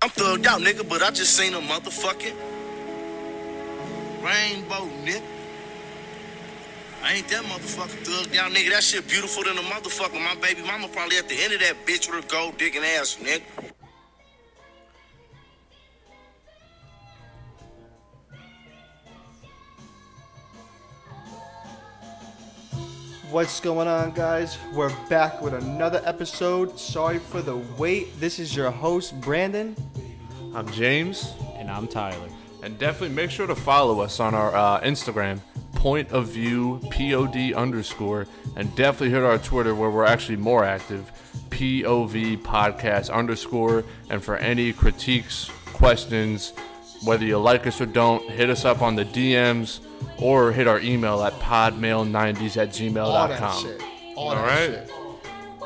thugged out, nigga, but I just seen a motherfucking rainbow, nigga. I ain't that motherfucking thugged out, nigga. That shit beautiful than a motherfucker. My baby mama probably at the end of that bitch with her gold digging ass, nigga. What's going on, guys? We're back with another episode. Sorry for the wait. This is your host, Brandon. I'm James, And I'm Tyler. and definitely make sure to follow us on our uh, Instagram, Point of View POD underscore, and definitely hit our Twitter where we're actually more active, POV Podcast underscore. And for any critiques, questions, whether you like us or don't, hit us up on the DMs or hit our email at podmail90s at All that gmail.com. shit. All, All that right. shit.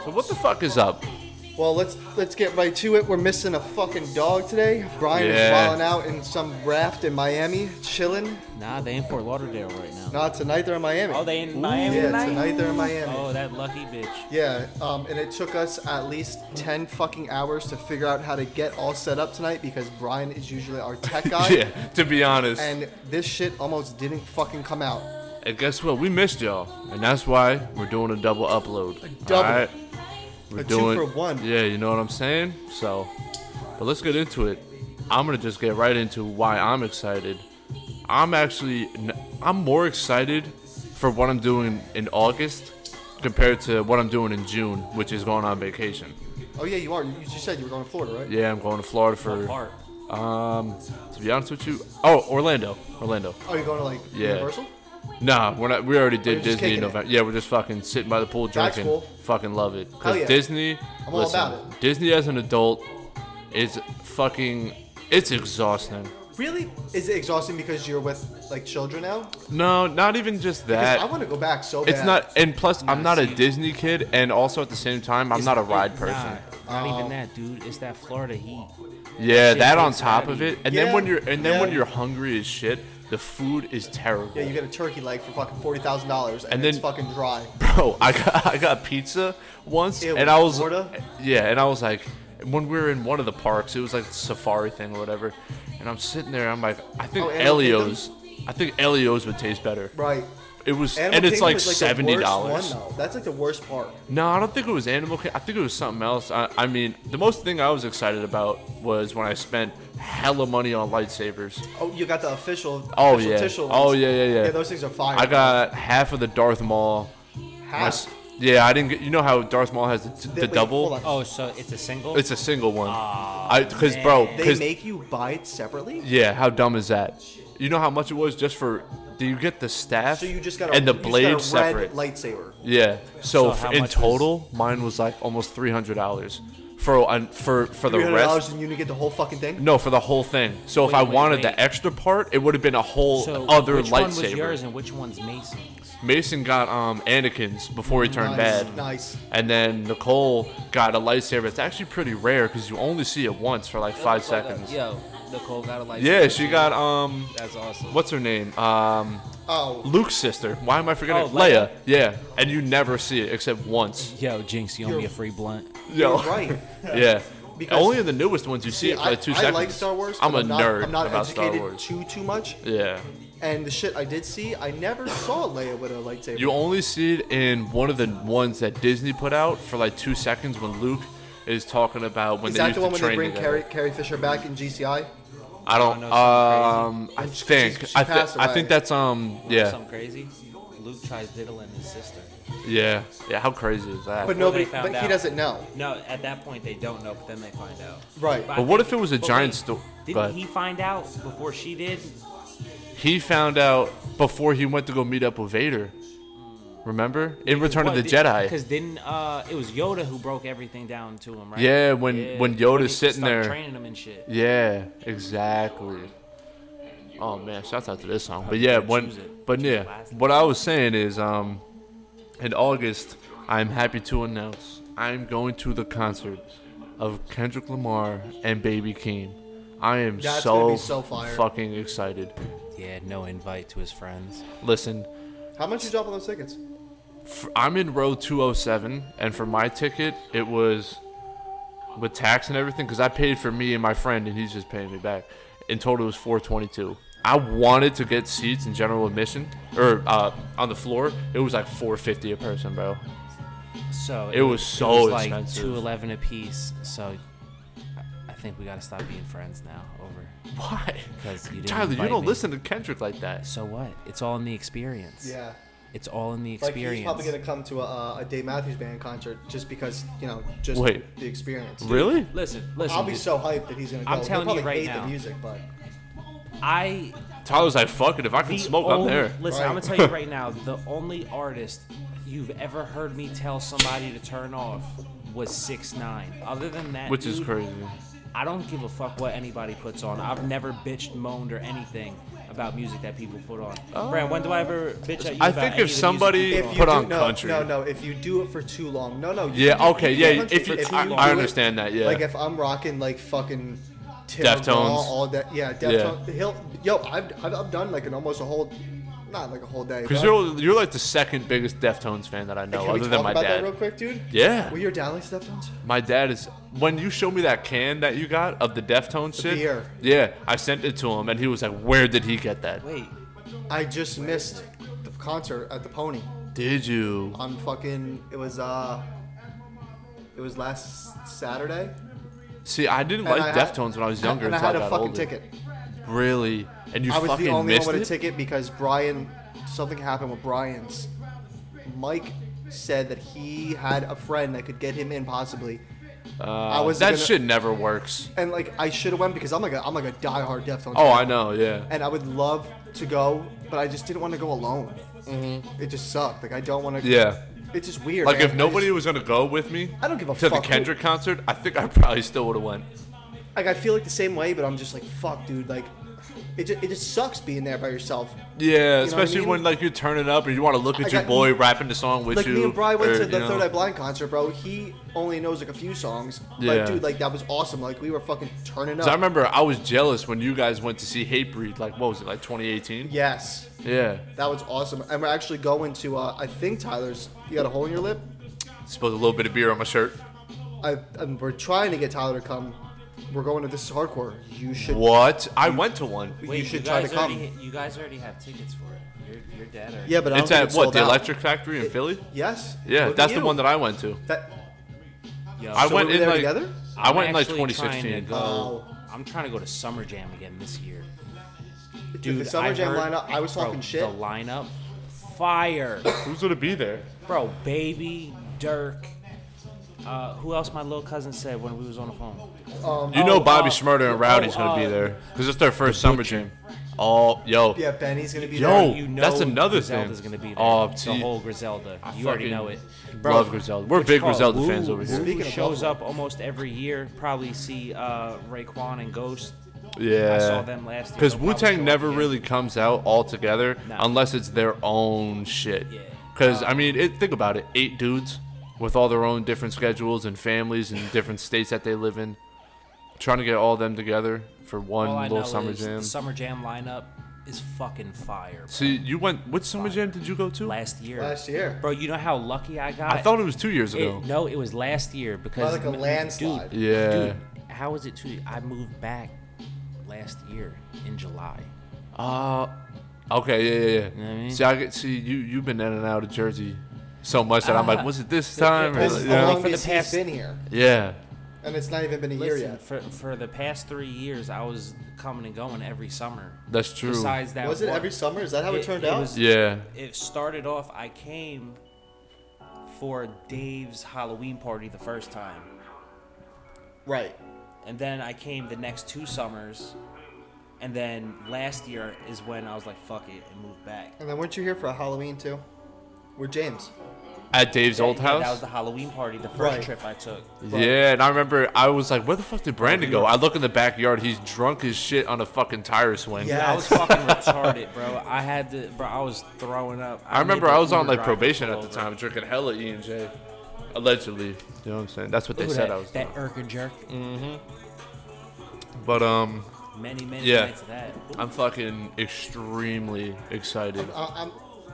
So what the fuck is up? Well, let's let's get right to it. We're missing a fucking dog today. Brian is Yeah. wilding out in some raft in Miami, chilling. Nah, they in Fort Lauderdale right now. Not tonight they're in Miami. Oh, they in Miami yeah, tonight? tonight they're in Miami. Oh, that lucky bitch. Yeah, um, and it took us at least 10 fucking hours to figure out how to get all set up tonight because Brian is usually our tech guy. Yeah, to be honest. And this shit almost didn't fucking come out. And guess what? We missed y'all, and that's why we're doing a double upload. double. We're A two doing for one. Yeah, you know what I'm saying. So, but let's get into it. I'm gonna just get right into why I'm excited. I'm actually n- I'm more excited for what I'm doing in August compared to what I'm doing in June, which is going on vacation. Oh, yeah, you are. You just said you were going to Florida, right? Yeah, I'm going to Florida for. What part? Um, to be honest with you, oh Orlando, Orlando. Oh, you're going to like Yeah. Universal? Nah, we're not. We already did you're just Disney in kicking it. November. Yeah, we're just fucking sitting by the pool That's drinking. cool. Fucking love it. Hell Cause yeah. Disney. I'm all listen, about it. Disney as an adult is fucking. It's exhausting. Really? Is it exhausting because you're with like children now? No, not even just Because that. I want to go back so bad. it's not. And plus, I'm not a see. Disney kid, and also at the same time, I'm not a ride person. Nah, not Um, even that, dude. It's that Florida heat. Yeah, shit that on takes top out of of you. it, and Yeah, then when you're and then when yeah. you're hungry as shit, the food is terrible. Yeah, you get a turkey leg for fucking forty thousand dollars, and, And it's then- fucking dry. bro, I got I got pizza once, Ew, and I was Florida? yeah, and I was like, when we were in one of the parks, it was like a safari thing or whatever, and I'm sitting there, I'm like, I think Oh, Animal Elio's, I think Elio's would taste better. Right. It was, Animal and it's Kingdom like is, the seventy worst one, dollars. though. That's like the worst part. No, I don't think it was Animal Kingdom. I think it was something else. I, I mean, the most thing I was excited about was when I spent hella money on lightsabers. Oh, you got the official. Oh official yeah. Tishel Oh ones. yeah, yeah, yeah. Yeah, those things are fire. I got half of the Darth Maul. Half? My s- yeah, I didn't get. You know how Darth Maul has the, the Wait, double. hold on. Oh, so it's a single? It's a single one. I because bro, They because make you buy it separately. yeah, how dumb is that? You know how much it was just for? Do you get the staff So you just got a and the you just blade got a separate? red lightsaber. yeah. So, So how f- in much was- total, mine was like almost three hundred dollars for and for for the Three hundred dollars, rest. and you get the whole fucking thing. No, for the whole thing. So if Wait, I wait, wanted wait. the extra part, it would have been a whole so other which lightsaber. one was yours and which one's Mason's? Mason got um Anakin's before he turned Nice, bad. nice. And then Nicole got a lightsaber. It's actually pretty rare because you only see it once for like five seconds. Yeah. Yo, Nicole got a lightsaber. she got um. That's awesome. What's her name? Um, Oh, Luke's sister. Why am I forgetting? Oh, Leia. Leia. Yeah, and you never see it except once. Yo, Jinx, you owe You're- me a free blunt. you're Yo. right. Yeah. Because- Only in the newest ones you see, See, it for like two I, I seconds. like Star Wars. I'm but a not, nerd I'm not about educated Star Wars. too too much. Yeah. And the shit I did see, I never saw Leia with a lightsaber. You only see it in one of the ones that Disney put out for like two seconds when Luke is talking about when Is they that used the one to when train they bring together. Carrie, Carrie Fisher back in GCI? I don't. know Um, something I She- think. she- she I, thi- passed I away. think that's um. Yeah. Something crazy. Luke tries diddling his sister. Yeah. Yeah. How crazy is But that? But, Well, nobody, they but found he out. doesn't know. No, at that point they don't know, but then they find out. Right. I what think- if it was a but giant wait, story? Didn't But he he-, find out before she did? found out before he went to go meet up with Vader. Remember in Return of the Because Jedi. didn't uh, it was Yoda who broke everything down to him, right? Yeah, when- when he Yoda's stopped sitting there. training him and shit. Yeah. Exactly. Oh man, shout out to this song. But yeah, when. Choose it. But Choose yeah, the last what I was saying is um, in August, I'm happy to announce I'm going to the concert of Kendrick Lamar and Baby Keem. I am That's gonna be so, so fire. fucking excited. He had no invite to his friends. Listen, How much you drop on those tickets? oh f- I'm in row 207, and for my ticket, it was with tax and everything because I paid for me and my friend, and he's just paying me back. In total, it was four twenty-two. I wanted to get seats in general admission or uh, on the floor. It was like four fifty a person, bro. So It was so like expensive. two eleven a piece. So I- I think we gotta stop being friends now. Over. Why? 'Cause you didn't Tyler, you invite don't me. listen to Kendrick like that. So what? It's all in the experience. Yeah. It's all in the Like experience. he's probably gonna come to a, a Dave Matthews Band concert just because you know just Wait. the experience. Really? Listen, listen. I'll be dude. so hyped that he's gonna go. I'm He'll telling probably you right hate now. the music, but I Tyler's like, fuck it. If I can the smoke, only- I'm there. Listen, Right. I'm gonna tell you right now, the only artist you've ever heard me tell somebody to turn off was six nine. Other than that, Which is dude, crazy. I don't give a fuck what anybody puts on. I've never bitched, moaned, or anything about music that people put on. Oh. Brand, when do I ever bitch at you? I about think if any of the music somebody- you put If on? you- put do, on no, country. No, no. If you do it for too long, no, no. You Yeah, can do- okay, you can yeah, country if you- if I- you I do it- understand that, yeah. Like if I'm rocking like fucking. Tim Deftones. McGraw, all that. Yeah, Deftones. He'll, yo, I've, I've, I've done like an almost a whole, not like a whole day. Because but- you're, you're like the second biggest Deftones fan that I know, Can we other than talk my about that real dad. quick, dude? Yeah. Were your dad like Deftones? My dad is. When you showed me that can that you got of the Deftones shit, beer. yeah, I sent it to him, and he was like, "Where did he get that? Wait, I just missed the concert at the Pony. Did you? on fucking it was uh it was last Saturday. See, I didn't And like I had- Deftones when I was younger and I until I, had a got fucking older. ticket. Really? And you I was fucking the only one missed with a it? ticket because Brian something happened with Brian's. Mike said that he had a friend that could get him in possibly. I was Uh, that gonna- shit never works. And like I should have went because I'm like a, I'm like a diehard Deftones. Oh, fan. I know. Yeah. And I would love to go, but I just didn't want to go alone. It just sucked. Like I don't want to. Mm-hmm. Yeah. It's just weird. Like man. if I nobody just- was gonna go with me, I don't give a to fuck the who- Kendrick concert. I think I probably still would have went. like I feel like the same way, but I'm just like fuck, dude. Like it just, it just sucks being there by yourself. Yeah, what I especially mean? when like you're turning up and you want to look at I your got- boy rapping the song with Like you. me and Bry went or, to the you know. Third Eye Blind concert, bro. He only knows like a few songs, Yeah. but dude, like that was awesome. Like we were fucking turning up. So I remember I was jealous when you guys went to see Hatebreed. Like what was it? Like 2018. yes, Yeah. that was awesome. And we're actually going to uh, I think Tyler's. You got a hole in your lip. Spilled a little bit of beer on my shirt. I and we're trying to get Tyler to come. We're going to this is hardcore. You should. What? I went to one. You Wait, should try guys to come. Already, you guys already have tickets for it. Your, your dad already. Yeah, but I don't It's think at what? sold The out. Electric Factory in It- Philly. Yes. Yeah, Look at that's the you. one that I went to. That, yo, I so went we were in there like together. I I'm went in like actually trying to 2016. go- Oh. I'm trying to go to Summer Jam again this year. Dude, the Summer I Jam heard- lineup, I was bro, talking shit. The lineup, fire. Who's gonna be there? Bro, baby, Dirk. Uh, who else? My little cousin said when we was on the phone. You know Oh, Bobby uh, Schmurder and oh, Rowdy's gonna be uh, there because it's their first summer jam. Oh, yo, Yeah, Benny's gonna be there. Yo, You know Oh, that's another Griselda's thing. gonna be there. Oh, the gee. whole Griselda. I you already fucking know it. love Griselda. We're what big you call it? Griselda Wu- fans over here. Wu Speaking of shows Buffalo. up almost every year. Probably see uh, Raekwon and Ghost. Yeah. I saw them last year. Because They'll probably Wu Tang show up never again. really comes out all together No. unless it's their own shit. Yeah. Because, I mean, it, think about it eight dudes with all their own different schedules and families and different states that they live in. Trying to get all them together for one All I little know summer is jam. The summer jam lineup is fucking fire. bro. See, you went. Which summer jam did you go to? Last year. Last year. Bro, you know how lucky I got. I thought it was two years ago. It, no, it was last year because like a m- dude, landslide. Yeah. Dude, how is it two? I moved back last year in July. Uh, okay, yeah, yeah, yeah. know what I mean? See, I get, see you. You've been in and out of Jersey so much that I'm like, Ah. was it this time? This Or, is you how know? long For the he's- past- he's been here, yeah. and it's not even been a year Listen, yet. for, for the past three years, I was coming and going every summer. That's true. Besides that, Was it one- every summer? Is that how it, turned out? was- yeah. it started off. I came for Dave's Halloween party the first time, right. and then I came the next two summers, and then last year is when I was like, "Fuck it," and moved back. And then weren't you here for a Halloween too? With James. At Dave's old Yeah, house. That was the Halloween party, the first Right. trip I took. Yeah, and I remember I was like, "Where the fuck did Brandon go?" I look in the backyard. He's drunk as shit on a fucking tire swing. Yeah. I was fucking retarded, bro. I had to, bro. I was throwing up. I remember made the I was on Uber like driver probation pull at the over. time, drinking hella E and J, allegedly. You know what I'm saying? That's what they Ooh, said that, I was doing. Mm. that irk and jerk. But um, Many, many Yeah. nights of that. I'm fucking extremely excited. I, Uh, i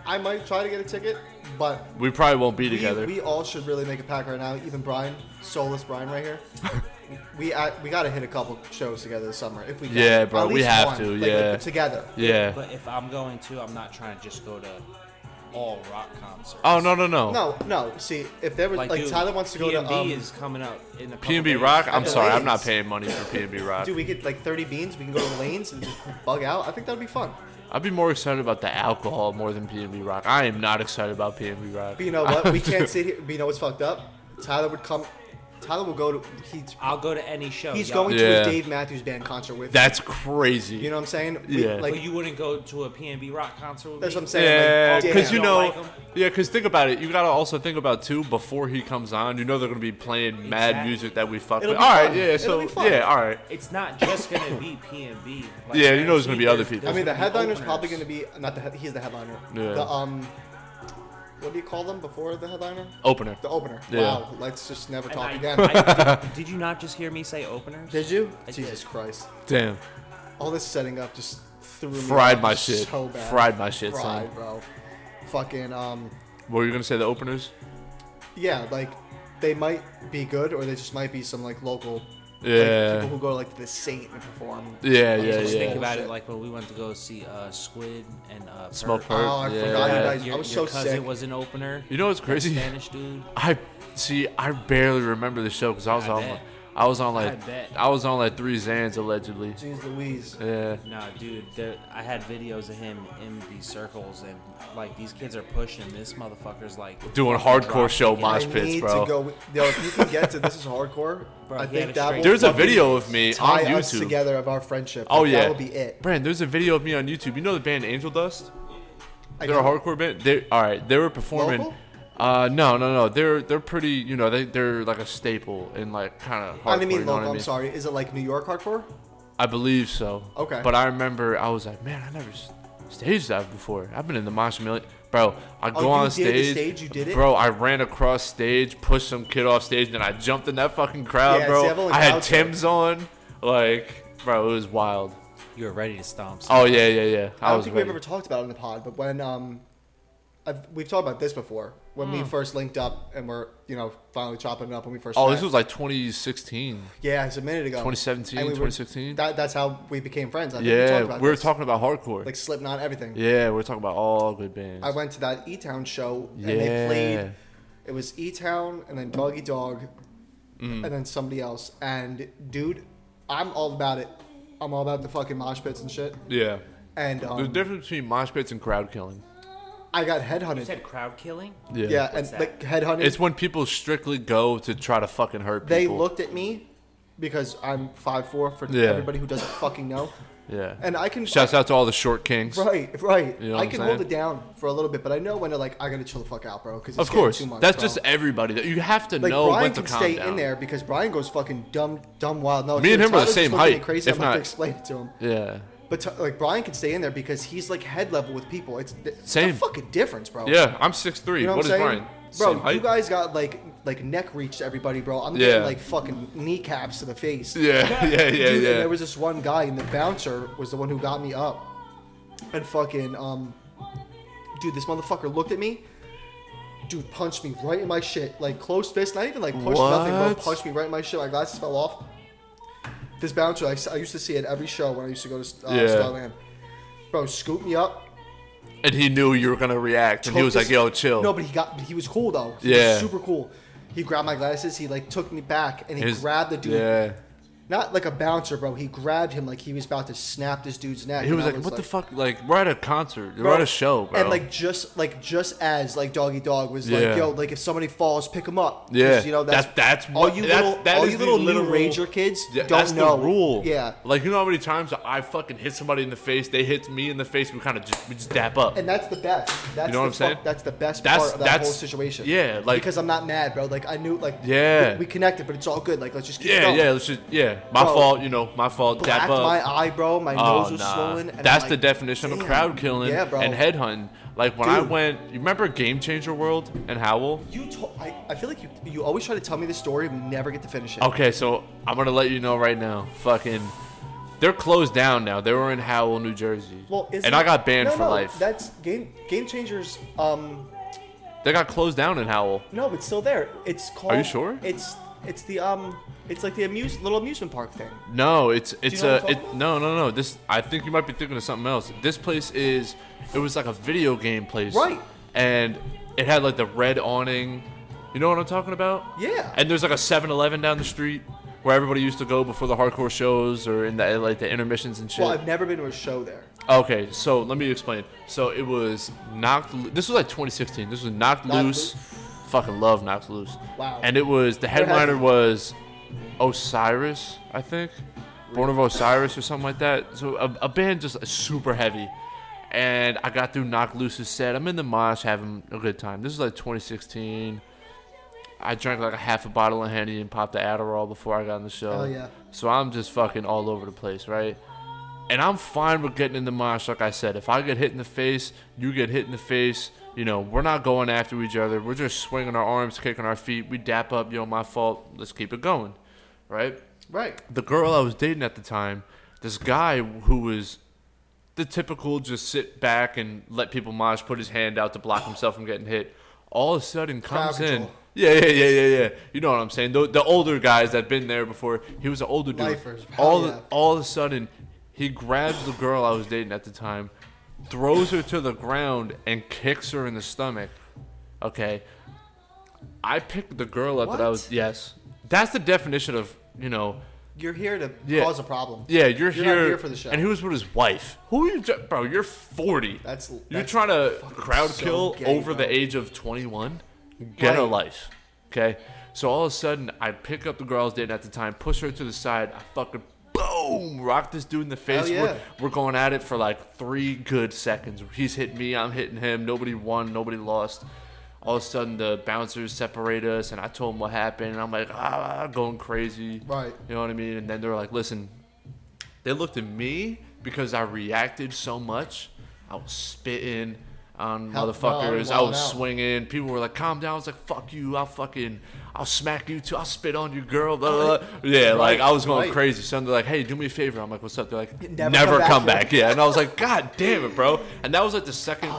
I might try to get a ticket, but We probably won't be we, together. we all should really make a pack right now. Even Brian, soulless Brian right here. we I, we gotta hit a couple shows together this summer if we can. Yeah, bro, At we least have one, to, like, like, yeah. together. Yeah. But if I'm going to, I'm not trying to just go to all rock concerts. Oh no no no. No, no. See, if there was like, dude, Tyler wants to go PNB to um, is coming up in the P and B Rock. I'm Yeah, sorry, it I'm not is. paying money for P and B Rock. do we get like 30 beans? We can go to lanes and just bug out. I think that'd be fun. I'd be more excited about the alcohol more than P and B Rock. I am not excited about P and B Rock. But you know what? We can't sit here. But you know what's fucked up? Tyler would come. Tyler will go to. He's, I'll go to any show. he's y'all. going to Yeah. his Dave Matthews Band concert with. That's crazy. you know what I'm saying? We- Yeah. Like but you wouldn't go to a PNB Rock concert with that's me. what I'm Yeah, saying. like, because damn. you Don't know, like 'em. yeah, because think about it. You gotta also think about too before he comes on. You know they're gonna be playing mad Exactly. music that we fuck It'll with. be All right, fun. yeah. It'll So be fun. yeah, all right. It's not just gonna be PNB. Like, Yeah, you know there's gonna be there's- other people. I mean, the there's headliner's openers. probably going to be not the head- he's the headliner. Yeah. The um, what do you call them before the headliner? Opener. The opener. Yeah. Wow. Let's just never And talk I- again. I- did, did you not just hear me say openers? Did you? I did. Jesus Christ! Damn, All this setting up just threw me Fried off my so shit. bad. Fried my shit, son. Fried, bro. Fucking um, what were you gonna say? The openers? yeah, like they might be good or they just might be some like local like, Yeah. people who go like to the Saint and perform. Yeah, I yeah, just think yeah. about it like when we went to go see uh, Squid and uh, Perp. Smoke perp. Oh, I yeah. forgot you Uh, guys- I your, was your so cousin sick. was an opener. You know what's That crazy? Spanish dude. I see. I barely remember the show because I was I on. bet. I was on I like. bet. I, was on like three Zans allegedly. Jeez Louise. Yeah. Nah, dude, there, I had videos of him in these circles, and like these kids are pushing. This motherfucker's like Doing hardcore show I mosh pits, need bro. to go. with- Yo, if you can get to this is hardcore. Bro, I he had think a that straight- will There's a fucking video of me on tie us YouTube. together of our friendship. Oh Like, yeah, that will be it. Brand, there's a video of me on YouTube. You know the band Angel Dust? I They're a know. hardcore band. They all right. They were performing. Local? Uh, no, no, no. They're they're pretty. You know, they they're like a staple in like kind of hardcore. I didn't you mean know what local. I I'm sorry. Is it like New York hardcore? I believe so. Okay. But I remember I was like, man, I never s- staged that before. I've been in the mosh million. Bro, I go Oh, you on did stage. the stage? You did it? Bro, I ran across stage, pushed some kid off stage, and I jumped in that fucking crowd, Yeah, see, I've bro. only I had crowd surfed. Tim's on. Like, bro, it was wild. You were ready to stomp. Oh yeah, yeah, yeah. I I, don't was think ready. we've ever talked about it on the pod, but when um, I've, we've talked about this before when Hmm. we first linked up and we're you know finally chopping it up when we first. Oh, met. this was like 2016. yeah, it's a minute ago. 2017, And we were- 2016? That, that's how we became friends. I think we, talked Yeah, about we were this. talking about hardcore. like Slipknot, everything. yeah, we were talking about all good bands. I went to that E Town show and they Yeah. played. It was E Town and then Doggy Dog, Mm. and then somebody else. And dude, I'm all about it. I'm all about the fucking mosh pits and shit. yeah. And um, There's a difference between mosh pits and crowd killing. I got You headhunted. said crowd killing. Yeah. yeah, and that? like headhunted. It's when people strictly go to try to fucking hurt people. they looked at me because I'm 5'4 for Yeah. everybody who doesn't fucking know. Yeah. And I can. Shouts out to all the short kings. Right, right. You know what I I'm can hold it saying? down for a little bit, but I know when they're like, I gotta chill the fuck out, bro. Because Of course. too much, That's bro. just everybody. That You have to Like know Brian when to can calm stay down. in there because Brian goes fucking dumb, dumb wild. No, Me dude, and him are the Tyler's just same looking at me height, Crazy, if I'm not not- gonna explain it to him. Yeah. But Ty- like Brian can stay in there because he's like head level with people. It's th- it's Same. a fucking difference, bro. Yeah, I'm 6'3". you know what what is I'm saying, Brian? bro? Same you height? guys got like like neck reach to everybody, bro. I'm Yeah. getting like fucking kneecaps to the face. yeah, yeah, yeah, Dude, yeah. And there was this one guy, and the bouncer was the one who got me up. And fucking, um, dude, this motherfucker looked at me. Dude punched me right in my shit, like closed fist. Not even like pushed nothing, What? but punched me right in my shit. My glasses fell off. This bouncer, I, s- I used to see at every show when I used to go to uh, Yeah. Starland. Bro, scooped me up. and he knew you were going to react. And he took was this- like, yo, chill. No, but he got, but he was cool though. He was Yeah. super cool. He grabbed my glasses. He like took me back, and he His- grabbed the dude Yeah. not like a bouncer, bro. He grabbed him like he was about to snap this dude's neck. He and was I like, what the fuck? Like, we're at a concert. bro. we're at a show, bro. And like just like just as like doggy dog was Yeah. like, yo, like if somebody falls, pick him up. 'Cause, Yeah. you know that's That- that's all what- you that's- little that all is you the little new literal- ranger kids Yeah, don't that's know the rule. Yeah, Like you know how many times I fucking hit somebody in the face, they hit me in the face, we kind of just we just dap up. and that's the best. That's know the what I'm fuck- saying? That's the best That's- part of that that's- whole situation. yeah, like- because I'm not mad, bro. Like I knew, like Yeah. we, we connected, but it's all good. Like let's just keep yeah, going. yeah, let's just yeah. My Bro, fault, you know, my fault. Dap Blacked up. my eye, bro. My Oh, nose was nah. swollen. And I'm That's the like, definition of damn. crowd killing Yeah, bro. and headhunting. Like when I Dude. went, you remember Game Changer World and Howl? You told. I, I feel like you you always try to tell me the story and we never get to finish it. Okay, so I'm gonna let you know right now. Fucking, they're closed down now. They were in Howell, New Jersey. Well, is and I got banned no, for no, life. That's game game changers. Um, they got closed down in Howell. no, it's still there. It's called. sure? It's It's the um. It's like the amuse little amusement park thing. No, it's it's know what a I'm talking it, no no no. This I think you might be thinking of something else. This place is it was like a video game place, Right. And it had like the red awning. You know what I'm talking about? Yeah. And there's like a 7-Eleven down the street where everybody used to go before the hardcore shows or in the like the intermissions and shit. Well, I've never been to a show there. Okay, so let me explain. So it was knocked. Lo- This was like 2016. This was knocked, Knocked loose. Fucking love knocked loose. Wow. And it was the happened? headliner was Osiris, I think, Born of Osiris or something like that. So a, a band just super heavy. And I got through Knock Loose's set. I'm in the mosh having a good time. This is like 2016. I drank like a half a bottle of Henny and popped the Adderall before I got on the show. Hell yeah. So I'm just fucking all over the place, right? And I'm fine with getting in the mosh, like I said. If I get hit in the face, you get hit in the face. You know, we're not going after each other. We're just swinging our arms, kicking our feet. We dap up, yo, my fault. Let's keep it going, right? Right. The girl I was dating at the time, this guy who was the typical just sit back and let people mosh, put his hand out to block himself from getting hit, all of a sudden comes in. control. Yeah, yeah, yeah, yeah, yeah. You know what I'm saying? The, the older guys that've been there before, he was an older dude. Lifers, hell all, yeah. all of a sudden, he grabs the girl I was dating at the time, throws her to the ground, and kicks her in the stomach. Okay. I picked the girl up that I was. What? Yes. That's the definition of, you know, You're here to Yeah. cause a problem. yeah, You're you're, here, not here for the show. And he was with his wife. Who are you, dr- bro? You're 40. That's- you're that's trying to crowd so kill gay, over the bro. age of 21. Get a Right. life, okay? So all of a sudden, I pick up the girl I was dating at the time, push her to the side, I fucking boom, rock this dude in the face. Hell We're- yeah. we're going at it for like three good seconds. He's hitting me, I'm hitting him. Nobody won, nobody lost. All of a sudden, the bouncers separate us, and I told him what happened, and I'm like, ah, going crazy. Right. You know what I mean? And then they're like, listen, they looked at me because I reacted so much. I was spitting on Hell, no, motherfuckers. I'm I wilding was out. swinging. People were like, calm down. I was like, fuck you. I'll fucking, I'll smack you too. I'll spit on you, girl. Blah, blah, blah. Yeah, like I was going right. crazy. So they're like, hey, do me a favor. I'm like, what's up? They're like, never, Never come, come back, back here. Yeah. And I was like, god damn it, bro. And that was like the second,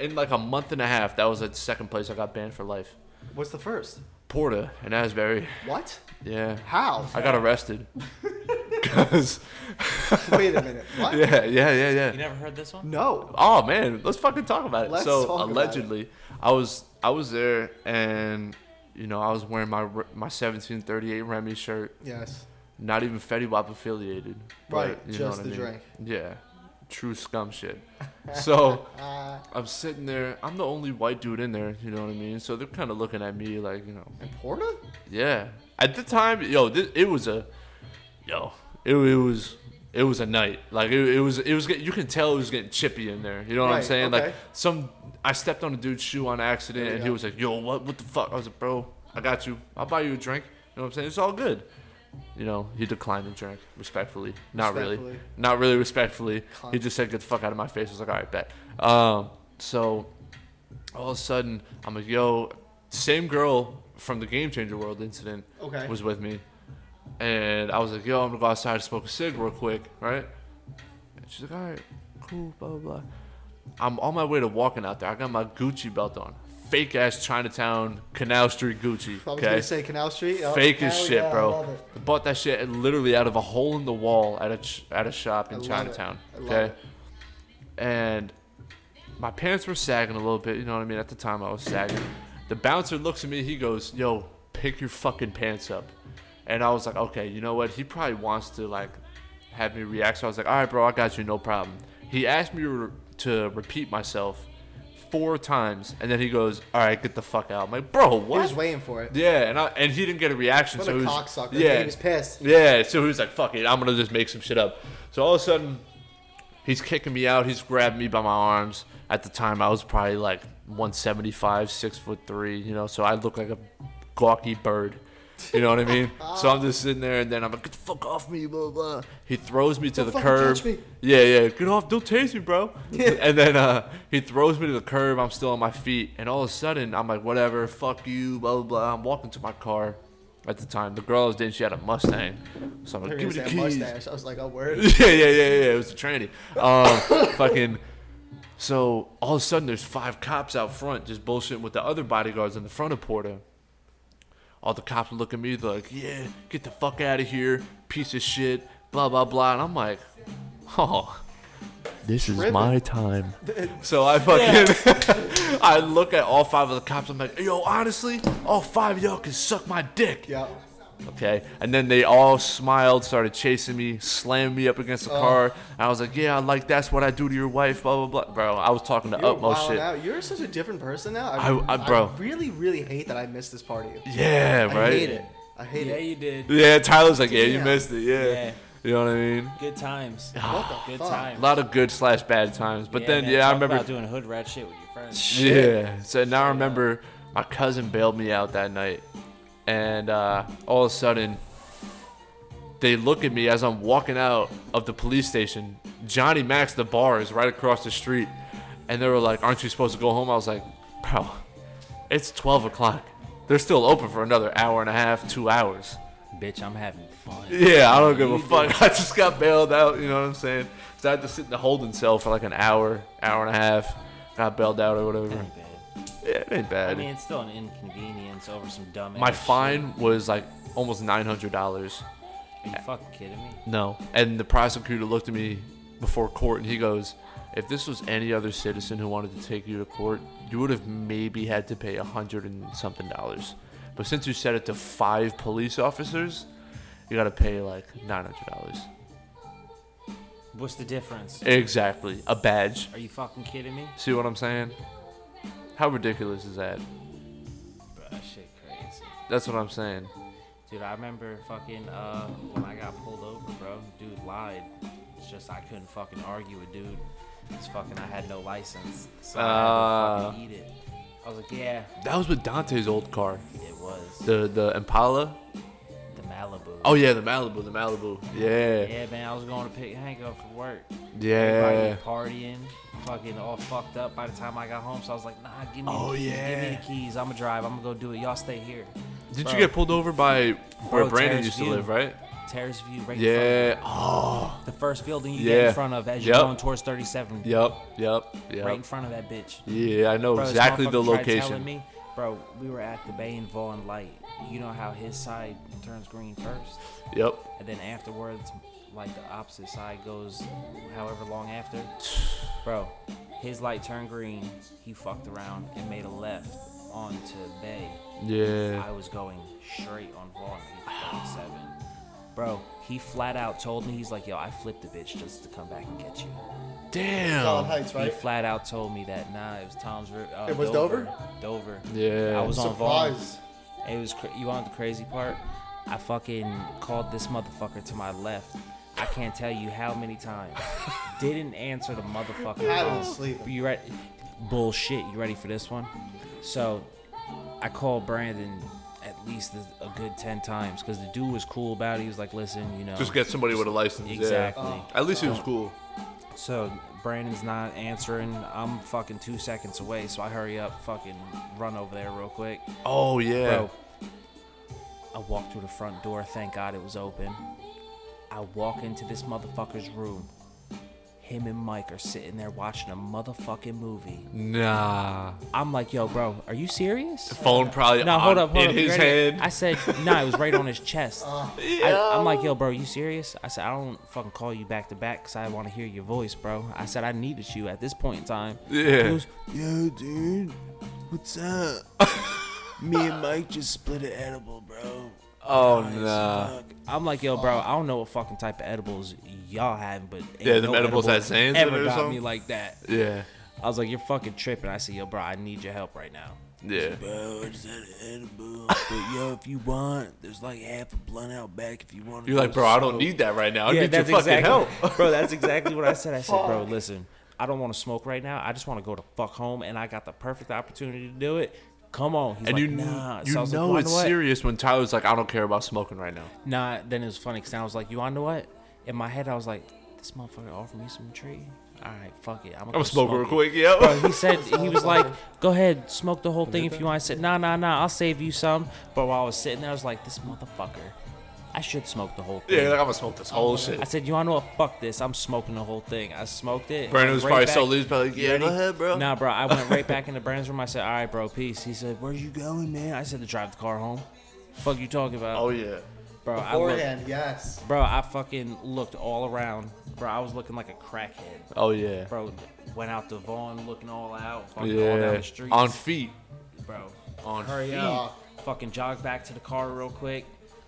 in like a month and a half, that was like the second place I got banned for life. What's the first? Porta and Asbury. What? Yeah. How? I got arrested. Because. Wait a minute. What? Yeah, yeah, yeah, yeah. You never heard this one? No. Oh man, let's fucking talk about it. Let's so talk about allegedly, I was I was there and you know I was wearing my re- my 1738 Remy shirt, Yes. not even Fetty Wap affiliated. but Right, you know just what the I mean. drink. Yeah, true scum shit. So Uh, I'm sitting there. I'm the only white dude in there. You know what I mean? So they're kind of looking at me like you know, And Porta? yeah. At the time, yo, this, it was a, yo, it, it was it was a night. Like it, it was it was get- you can tell it was getting chippy in there. You know what I'm Right, saying? Like okay. some I stepped on a dude's shoe on There accident, you and he go. was like, "Yo, what what the fuck?" I was like, "Bro, I got you. I'll buy you a drink." You know what I'm saying? It's all good. You know, he declined the drink respectfully. Not really, Respectfully. not really respectfully. He Cunt. just said, "Get the fuck out of my face." I was like, "All right, bet." Um, so all of a sudden, I'm like, yo, same girl from the Game Changer World incident Okay. was with me. And I was like, yo, I'm gonna go outside and smoke a cig real quick, right? And she's like, all right, cool, blah, blah, blah. I'm on my way to walking out there. I got my Gucci belt on. Fake ass Chinatown, Canal Street I Gucci. was okay? gonna say Canal Street. Oh, Fake as hell shit, yeah, I bro. love it. Bought that shit literally out of a hole in the wall at a ch- at a shop in I love it. Chinatown. I love okay, it. and my pants were sagging a little bit. You know what I mean? At the time, I was sagging. The bouncer looks at me. He goes, "Yo, pick your fucking pants up." And I was like, "Okay, you know what? He probably wants to like have me react." So I was like, "All right, bro, I got you, no problem." He asked me re- to repeat myself four times, and then he goes, "All right, get the fuck out." I'm like, "Bro, what?" He was waiting for it. Yeah, and I, and he didn't get a reaction. What so a he was, cocksucker. Yeah, He was pissed. Yeah, so he was like, "Fuck it, I'm gonna just make some shit up." So all of a sudden, he's kicking me out. He's grabbing me by my arms. At the time, I was probably like 175, six foot three. You know, so I look like a gawky bird. You know what I mean? so I'm just sitting there, and then I'm like, "Get the fuck off me!" Blah blah. He throws me to the fucking curb. touch me. Yeah, yeah. Get off! Don't tase me, bro. and then uh, he throws me to the curb. I'm still on my feet, and all of a sudden, I'm like, whatever, fuck you, blah blah. blah. I'm walking to my car. At the time, the girl I was dating, she had a Mustang, so I'm There he like, give is, me the that keys. mustache. I was like, oh, word. yeah, yeah, yeah, yeah. It was a tranny. Um, fucking. So all of a sudden, there's five cops out front just bullshitting with the other bodyguards in the front of Porta. All the cops would look at me, they're like, yeah, get the fuck out of here, piece of shit, blah, blah, blah. And I'm like, oh, this is Tripping. my time. So I fucking, I look at all five of the cops. I'm like, yo, honestly, all five of y'all can suck my dick. Yeah. Okay. And then they all smiled, started chasing me, slammed me up against the car. I was like, yeah, like that's what I do to your wife, blah, blah, blah. Bro, I was talking the You're utmost wilding Oh, shit. out. You're such a different person now. I- I- bro. really, really hate that I missed this party. Yeah, right? I hate it. I hate Yeah, it. you did. Yeah, Tyler's like, yeah, you Damn. missed it. Yeah. Yeah. You know what I mean? Good times. What the Good fuck? A times. lot of good slash bad times. But Ah, then, man, yeah, I talk remember. about doing hood rat shit with your friends. Yeah. So now I remember my cousin bailed me out that night. And uh, all of a sudden, they look at me as I'm walking out of the police station. Johnny Max, the bar, is right across the street. And they were like, Aren't you supposed to go home? I was like, Bro, it's 12 o'clock. They're still open for another hour and a half, two hours. Bitch, I'm having fun. Yeah, I don't give a fuck. I just got bailed out. You know what I'm saying? So I had to sit in the holding cell for like an hour, hour and a half. Got bailed out or whatever. Ain't bad. Yeah, it ain't bad. I mean, it's still an inconvenience over some dumb. My ass shit. fine was like almost nine hundred dollars. Are you fucking kidding me? No, and the prosecutor looked at me before court, and he goes, "If this was any other citizen who wanted to take you to court, you would have maybe had to pay a hundred and something dollars. But since you said it to five police officers, you got to pay like nine hundred dollars. What's the difference? Exactly, a badge. Are you fucking kidding me? See what I'm saying? How ridiculous is that? Bro, that shit crazy. That's what I'm saying. Dude, I remember fucking uh, when I got pulled over, bro. Dude lied. It's just I couldn't fucking argue with dude. It's fucking I had no license, so I had to Uh. fucking eat it. I was like, yeah, That was with Dante's old car, it was the the Impala. the Malibu. Oh yeah, the Malibu, the Malibu. Yeah, Yeah, man, I was going to pick Hank up from work. yeah. Everybody partying, fucking all fucked up by the time I got home. So I was like, nah, give me, Oh, the, keys, give yeah. me the keys. I'm going to drive. I'm going to go do it. Y'all stay here. Did you Bro. get pulled over by where Bro, Brandon Terrace used to View. live, right? Terrace view right in Yeah. Oh. front of the first building you get Yeah. in front of as you're Yep. going towards 37. Yep. Yep. Right in Yep. front of that bitch. Yeah, I know Bro, this exactly the motherfucker tried telling location. Me, bro, we were at the Bain Vaughn light. You know how his side turns green first, Yep. and then afterwards, like the opposite side goes however long after. Bro, his light turned green. He fucked around and made a left onto Bay. Yeah. I was going straight on Vaughn. He was 37. Bro, he flat out told me, he's like, yo, I flipped the bitch just to come back and get you. Solid Damn. heights, He right? flat out told me that nah, it was Tom's River. Uh, It was Dover. Yeah. I was on Vaughn. Surprise. It was cra- you want the crazy part? I fucking called this motherfucker to my left. I can't tell you how many times. Didn't answer the motherfucker. I was phone. sleeping. You ready? Bullshit. You ready for this one? So, I called Brandon at least a a good ten times because the dude was cool about it. He was like, "Listen, you know." Just get somebody with a license. yeah. Exactly. At least he was cool. So Brandon's not answering. I'm fucking two seconds away, so I hurry up, fucking run over there real quick. Oh yeah. Bro, I walk through the front door. Thank God it was open. I walk into this motherfucker's room. Him and Mike are sitting there watching a motherfucking movie. Nah. I'm like, yo, bro, are you serious? Phone probably No, hold on- up, hold in up. You his ready? hand. I said, no, it was right on his chest. I, I'm like, yo, bro, you serious? I said, I don't fucking call you back to back because I want to hear your voice, bro. I said, I needed you at this point in time. Yeah. He was, Yo, dude, what's up? Me and Mike just split an edible, bro. oh Nice. nah. Fuck. I'm like, yo, bro, I don't know what fucking type of edibles y'all have, but ain't Yeah, them no edibles that Zane's in ever or got something? me like that. Yeah. I was like, you're fucking tripping. I said, yo, bro, I need your help right now. Yeah. Bro, I just had an edible. but yo, if you want, there's like half a blunt out back if you want to. You're like, bro, I don't need that right now. I need your fucking help. bro. That's exactly what I said. I said, bro, listen, I don't want to smoke right now. I just want to go the fuck home, and I got the perfect opportunity to do it. Come on, He's And like, you, nah. you So I was like, know "Well, I it's what? serious when Tyler's like, I don't care about smoking right now. Nah. Then it was funny because I was like, you want to what? In my head, I was like, this motherfucker offered me some tree. All right, fuck it. I'm gonna I'm go smoking real smoke it." quick, yo. Bro, he said he was like, "Go ahead, smoke the whole thing if you want." I said, "Nah, nah, nah, I'll save you some." But while I was sitting there, I was like, "This motherfucker, I should smoke the whole thing." Yeah, like I'm gonna smoke this whole shit. I said, "You want to know what? Fuck this! I'm smoking the whole thing." I smoked it. Brandon was Right probably back- so loose, probably like, yeah, go ahead, bro. Nah, bro. I went right back into Brandon's room. I said, "All right, bro, peace." He said, "Where you going, man?" I said, "To drive the car home." Fuck you talking about? Oh yeah. bro, I looked, Beforehand, yes. bro, I fucking looked all around. Bro, I was looking like a crackhead. Oh yeah. Bro, went out to Vaughn looking all out, fucking all down Yeah. the streets. On feet. bro. On Hurry feet. up. Fucking jog back to the car real quick.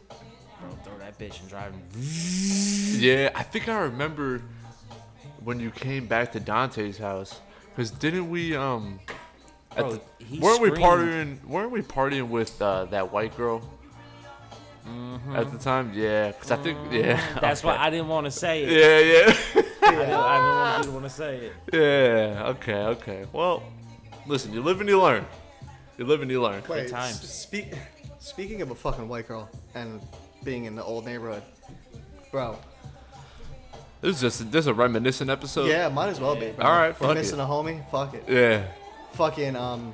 Bro, throw that bitch and drive. Yeah, I think I remember when you came back to Dante's house. Cause didn't we um at Bro, the- he weren't we screamed. partying weren't we partying with uh, that white girl at the time? Yeah, cause I think yeah. That's why okay. I didn't want to say it. Yeah, yeah. I didn't, I didn't want to say it. yeah. Okay, okay. Well, listen, you live and you learn. You live and you learn. Wait, times. s- speak, speaking of a fucking white girl and being in the old neighborhood, bro. This is just this is a reminiscent episode. yeah, might as well be. Bro. All right, We're fuck missing it. a homie. Fuck it. Yeah. Fucking um,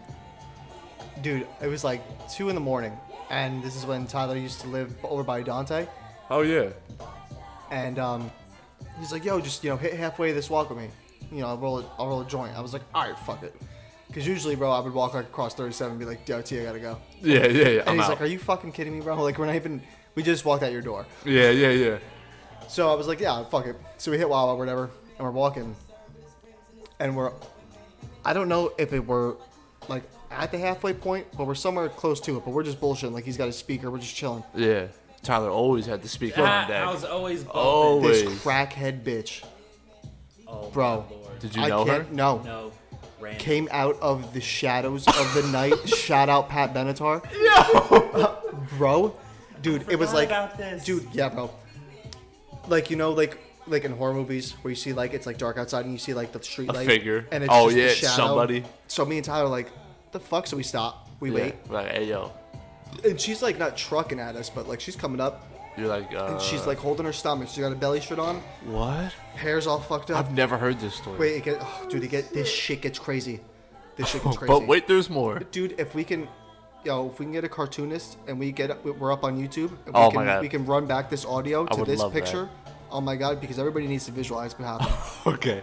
dude, it was like two in the morning, and this is when Tyler used to live over by Dante, Oh yeah. and um, he's like, "Yo, just you know, hit halfway this walk with me. You know, I'll roll, a, I'll roll a joint." I was like, "All right, fuck it," because usually, bro, I would walk like, across 37 and be like, "Yo, T, I gotta go." Yeah, yeah, yeah. And I'm he's out. like, "Are you fucking kidding me, bro? Like, we're not even. We just walked out your door." yeah, yeah, yeah. So I was like, yeah, fuck it. So we hit Wawa, whatever, and we're walking, and we're, I don't know if it were, like at the halfway point, but we're somewhere close to it. But we're just bullshitting. Like he's got his speaker. We're just chilling. Yeah. Tyler always had the speaker on Oh, I, deck. I was always bumping. always. This crackhead bitch, Oh, bro. my Lord. Did you I know her? can't. No. No. Random. Came out of the shadows of the night. Shout out Pat Benatar. bro, dude, it was forgot like, about this. dude, yeah, bro. Like you know, like like in horror movies where you see like it's like dark outside and you see like the street A light figure. and it's Oh, just yeah, the it's shadow. somebody. So me and Tyler are like, the fuck? So we stop, we Yeah. wait, Like, hey yo. and she's like not trucking at us, but like she's coming up You're like uh and she's like holding her stomach. She got a belly shirt on, What? hair's all fucked up. I've never heard this story. wait, it get, oh, dude, it get this shit gets crazy. This shit gets crazy. But wait, there's more. dude, if we can, yo, if we can get a cartoonist and we get, we're up on YouTube. And we Oh can, my God. We can run back this audio to would this love that. picture. Oh my god, because everybody needs to visualize what happened. Okay.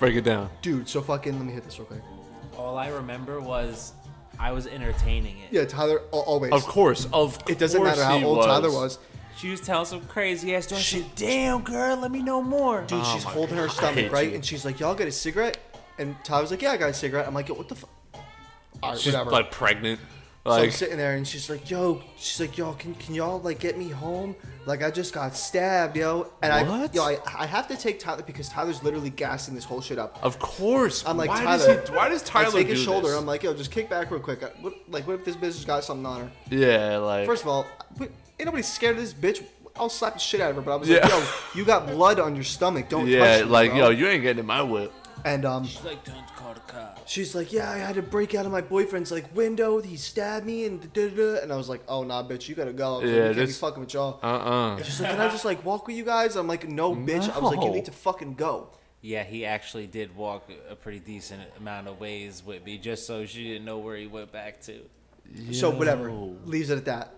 Break it down. dude, so fucking. Let me hit this real quick. All I remember was I was entertaining it. Yeah, Tyler, al- always. Of course, of course. It doesn't matter how he old Tyler was. She was telling some crazy ass story. She, damn girl, let me know more. Dude, Oh she's my holding her God, I stomach hate right, you. and she's like, "Y'all got a cigarette?" And Tyler's like, "Yeah, I got a cigarette." I'm like, "Yo, what the fuck?" All right, She's whatever. like pregnant. so Like I'm sitting there, and she's like, "Yo," she's like, "Yo, can, can y'all like get me home? Like I just got stabbed, yo." And I, What? yo, I, I have to take Tyler because Tyler's literally gassing this whole shit up. Of course. I'm like, why Tyler. does he, why does I Tyler take his do shoulder. this? I'm like, yo, just kick back real quick. I, what, like, what if this bitch has got something on her? yeah, like First of all, we- ain't nobody scared of this bitch. I'll slap the shit out of her. But I was Yeah. like, yo, you got blood on your stomach. Don't yeah, touch me, like bro." yo, you ain't getting in my whip. And um, She's like, don't call the cops. she's like, yeah, I had to break out of my boyfriend's like window. He stabbed me and da da. da," And I was like, oh nah, bitch, you gotta go. I was like, Yeah, "We can't be this- fucking with y'all. Uh uh She's like, can I just like walk with you guys? I'm like, no, bitch. I was like, you No. need to fucking go. Yeah, he actually did walk a pretty decent amount of ways with me just so she didn't know where he went back to. So whatever, leaves it at that.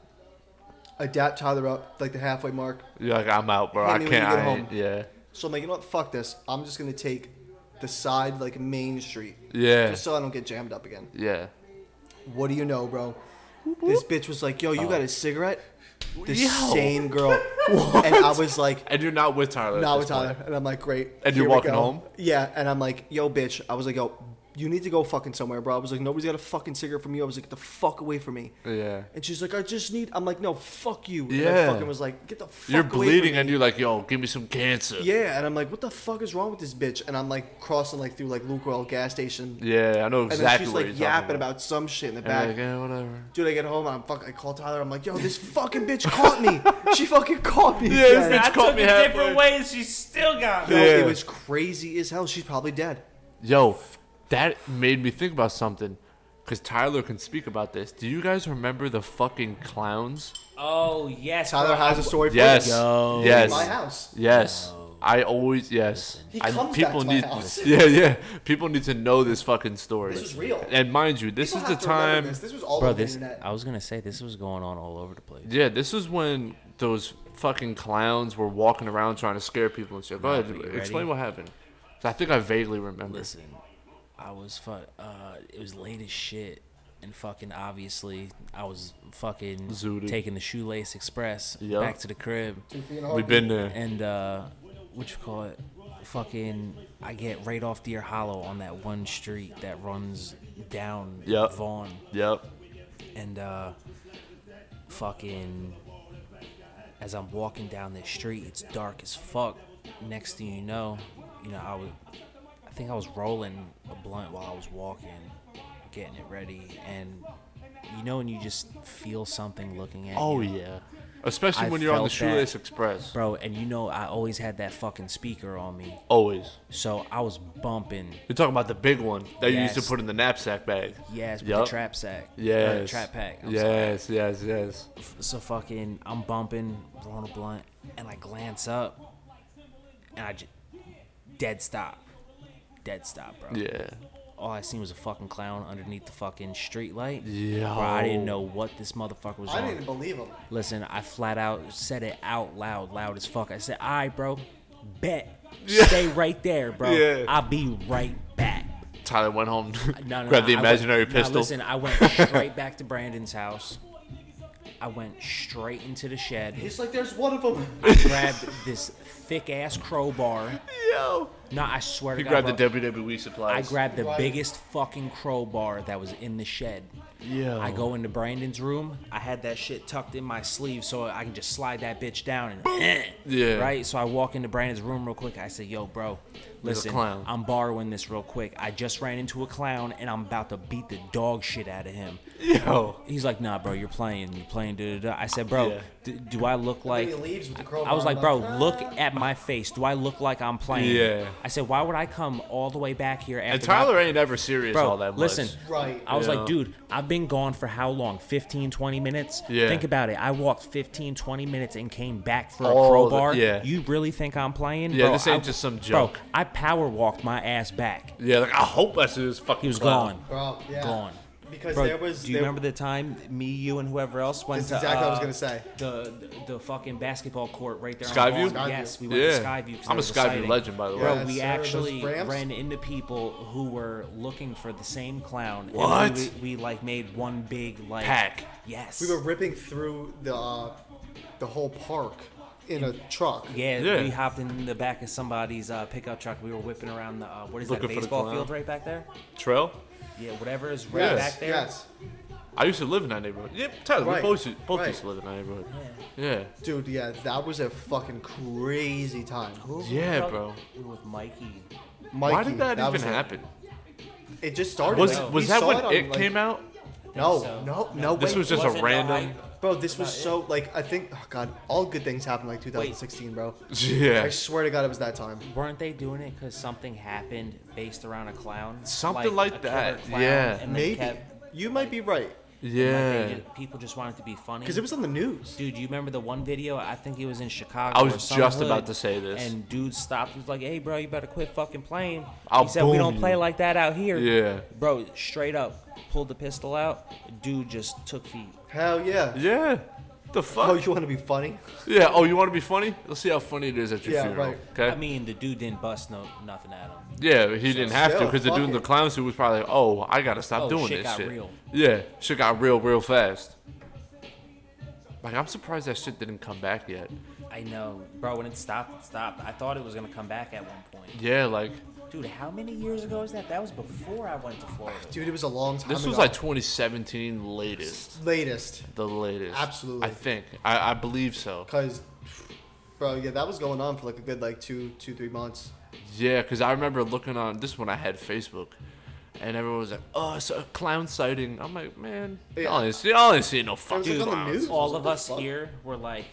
I dap Tyler up like the halfway mark. You're like, I'm out, bro. Hit I me can't. when you get I ain't- home. yeah, So I'm like, you know what? Fuck this. I'm just gonna take the side like main street, yeah, just so I don't get jammed up again. yeah. What do you know, bro? This bitch was like, "Yo, you got a cigarette?" The Oh. Yo. same girl, and I was like, And you're not with Tyler. at "Nah, with this Tyler," point. and I'm like, "Great." And here you're we walking go." home? Yeah, and I'm like, "Yo, bitch," I was like, "Yo, you need to go fucking somewhere, bro." I was like, "Nobody's got a fucking cigarette from you." I was like, "Get "The fuck away from me." Yeah. And she's like, "I just need." I'm like, "No, fuck you." And I Yeah. fucking was like, "Get the fuck." You're away from bleeding, me." and you're like, yo, give me some cancer. Yeah, and I'm like, what the fuck is wrong with this bitch? And I'm like crossing like through like Luckwell gas station, Yeah, I know and exactly then she's what like you're talking yapping about. some shit in the And back. you're like, yeah, whatever. Dude, I get home and I'm fuck. I call Tyler. I'm like, yo, this fucking bitch caught me. She fucking caught me. Yeah, again. this bitch I caught took me a halfway. different way and she still got me. Yo, Yeah. It was crazy as hell. She's probably dead. Yo, that made me think about something. Cause Tyler can speak about this. Do you guys remember the fucking clowns? Oh, yes. Tyler bro. has a story for Yes. you. Yo. He came to Yes. My house. Yes. Oh. I always yes. He I- comes back people to my need house. yeah yeah. People need to know this fucking story. This is real. And mind you, this People is the have to remember time. This. This was all Bro, over this, the internet. I was going to say, this was going on all over the place. Yeah, this is when those fucking clowns were walking around trying to scare people and shit. Go Nah, ahead, but you explain ready? what happened. 'Cause I think I vaguely remember. Listen, I was fuck. Uh, it was late as shit, and fucking obviously I was fucking Zooted. taking the shoelace express Yup. back to the crib Two feet in a we heartbeat. been there. and uh what you call it fucking I get right off Deer Hollow on that one street that runs down Yup. Vaughn Yep. and uh fucking as I'm walking down this street, it's dark as fuck. Next thing you know, you know, I was I think I was rolling a blunt while I was walking, getting it ready and you know when you just feel something looking at you. yeah. Especially Oh, I when you're on the felt that. Shoelace Express. Bro, and you know I always had that fucking speaker on me. Always. So I was bumping You're talking about the big one that you used to Yes. put in the knapsack bag. yes with Yup. the trap sack. or the Yes. trap pack. I'm sorry. yes, yes, yes. So fucking, I'm bumping, rolling a blunt, and I glance up, and I just dead stop, dead stop, bro. Yeah. All I seen was a fucking clown underneath the fucking street light. Yo. Bro, I didn't know what this motherfucker was I on. didn't believe him. Listen, I flat out said it out loud, loud as fuck. I said, "All right, bro, bet, stay right there, bro. Yeah. I'll be right back." Tyler went home, No, no, grabbed no, the I imaginary went, no, pistol. listen, I went straight back to Brandon's house. I went straight into the shed. He's like, there's one of them. I grabbed this thick ass crowbar. Yo. No, I swear He to God. grabbed the bro, WWE I supplies. grabbed the Right. biggest fucking crowbar that was in the shed. Yo. I go into Brandon's room. I had that shit tucked in my sleeve so I can just slide that bitch down and eh, Yeah. right. So I walk into Brandon's room real quick. I say, "Yo, bro, There's a listen, clown. I'm borrowing this real quick. I just ran into a clown and I'm about to beat the dog shit out of him." Yo. He's like, nah, bro, you're playing, you're playing, da da da. I said, bro, Yeah. d- do I look like? he leaves with the crowbar, I was like, I'm bro, like, "Ah." look at my face. Do I look like I'm playing? Yeah. I said, why would I come all the way back here after? And Tyler I- ain't ever serious bro, all that much. listen, Right. I was Yeah. like, dude, I've been gone for how long? 15, 20 minutes? Yeah. Think about it. I walked 15, 20 minutes and came back for All the- a crowbar. yeah. You really think I'm playing? Yeah, bro, this ain't I- just some joke. Bro, I power walked my ass back. Yeah, like I hope I see this fucking. He was clown. gone. Bro, yeah. Gone. Because Bro, there was. do you there- remember the time me, you, and whoever else went That's to exactly what I was uh, gonna say. The, the the fucking basketball court right there. Skyview? On Vaughn. Skyview. Yes, we went Yeah. to Skyview. 'cause I'm a there was Skyview sighting. legend, by the way. Bro, Yeah, we sir, actually those Rams. ran into people who were looking for the same clown. What? And we, we, like made one big like Pack. Yes. We were ripping through the uh, the whole park in a truck. Yeah, Yeah. we hopped in the back of somebody's uh, pickup truck. We were whipping around the uh, what is Looking for that the baseball clown. field right back there? Trail. Yeah, whatever is right Yes. back there. Yes. I used to live in that neighborhood. Yep, Tyler, we Right, both, used- both right. used to live in that neighborhood. Yeah. Dude, yeah, that was a fucking crazy time. Who- who Yeah, felt- bro. we were with Mikey. Mikey, Why did that, even was it. happen? It just started. Was like, was we that saw when it, it, on, like- came out? No, so. no, no. This wait. was just Wasn't a no random. Bro, this was about so like I think. Oh God, all good things happened like 2016, bro. I Yeah. swear to God, it was that time. Weren't they doing it because something happened based around a clown? Something like a killer that, yeah. And they Maybe kept, you might be right like, they Yeah. ju- people just wanted to be funny. because it was on the news. Dude, you remember the one video? I think it was in Chicago. I was or some just hood, about to say this. And dude stopped. He was like, "Hey, bro, you better quit fucking playing." I'll he said, "We boom don't play you." like that out here." Yeah. Bro, straight up pulled the pistol out. Dude just took feet. Hell yeah. Yeah. The fuck? Oh, you want to be funny? yeah. Oh, you want to be funny? Let's see how funny it is at your Yeah, funeral. right. Okay. I mean, the dude didn't bust no nothing at him. yeah, he didn't have to still, because the fuck dude in the it. clown suit was probably like, "Oh, I gotta stop Oh, doing shit this got shit." real. Yeah, shit got real, real fast. Like I'm surprised that shit didn't come back yet. I know, bro. When it stopped, it stopped. I thought it was gonna come back at one point. Yeah, like Dude, how many years ago is that? That was before I went to Florida. Dude, it was a long time. this was ago. like 2017 latest. latest The latest. Absolutely. I think. I, I believe so. because, bro, yeah, that was going on for like a good like two, two, three months. Yeah, because I remember looking on this one. I had Facebook, and everyone was like, "Oh, it's a clown sighting." I'm like, "Man, y'all ain't see, y'all ain't see no fucking It was like on the clowns." news. All What of the us fuck? here were like,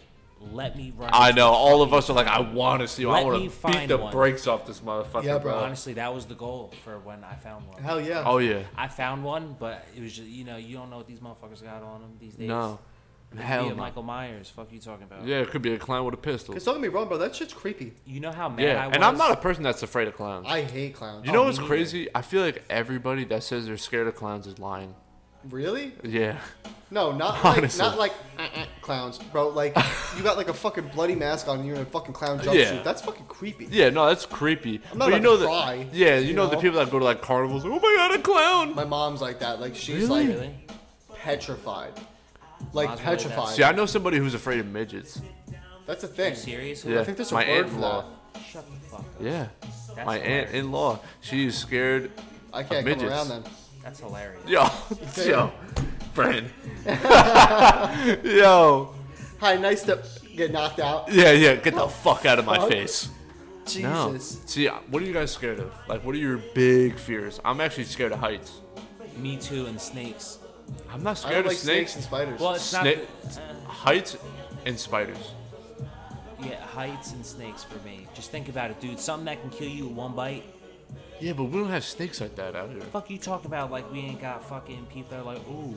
"Let me run." I into know. All of us are like, "I want to see. one. I Let want me to beat find the one." brakes off this motherfucker, Yeah, bro." bro. Honestly, that was the goal for when I found one. Hell yeah. Oh yeah. I found one, but it was just you know you don't know what these motherfuckers got on them these days. No. It could Hell be a no. Michael Myers. Fuck you talking about? Yeah, it could be a clown with a pistol. Because don't get me wrong, bro, that shit's creepy. You know how mad I Yeah, was. and I'm not a person that's afraid of clowns. I hate clowns. You know me what's neither. crazy? I feel like everybody that says they're scared of clowns is lying. Really? Yeah. No, not like, Honestly. not like uh, uh, clowns, bro. Like you got like a fucking bloody mask on, and you're in a fucking clown jumpsuit. Yeah. That's fucking creepy. Yeah, no, that's creepy. I'm not but you about know to that. cry, yeah, you, you know, the know? people that go to like carnivals. Like, oh my god, a clown! My mom's like that. Like she's Really? like Really? petrified. Like Mine's really petrified. See, I know somebody who's afraid of midgets. That's the thing. Serious? Yeah, I think there's a my word for aunt-in-law. that. Shut the fuck up. Yeah, That's my hilarious. aunt-in-law. She's scared. I can't come midgets. around them. That's hilarious. Yo, yo, friend. yo, Hi, nice to get knocked out. yeah, yeah. Get the fuck out of my Fuck. face. No. Jesus. See, uh, what are you guys scared of? Like, what are your big fears? I'm actually scared of heights. Me too and snakes. I'm not I don't scared like of snakes. snakes and spiders. Well, it's not. Snake- the- uh, Heights and spiders. yeah, heights and snakes for me. Just think about it, dude. Something that can kill you in one bite. Yeah, but we don't have snakes like that out here. Fuck you talk about like we ain't got fucking people that are like, ooh,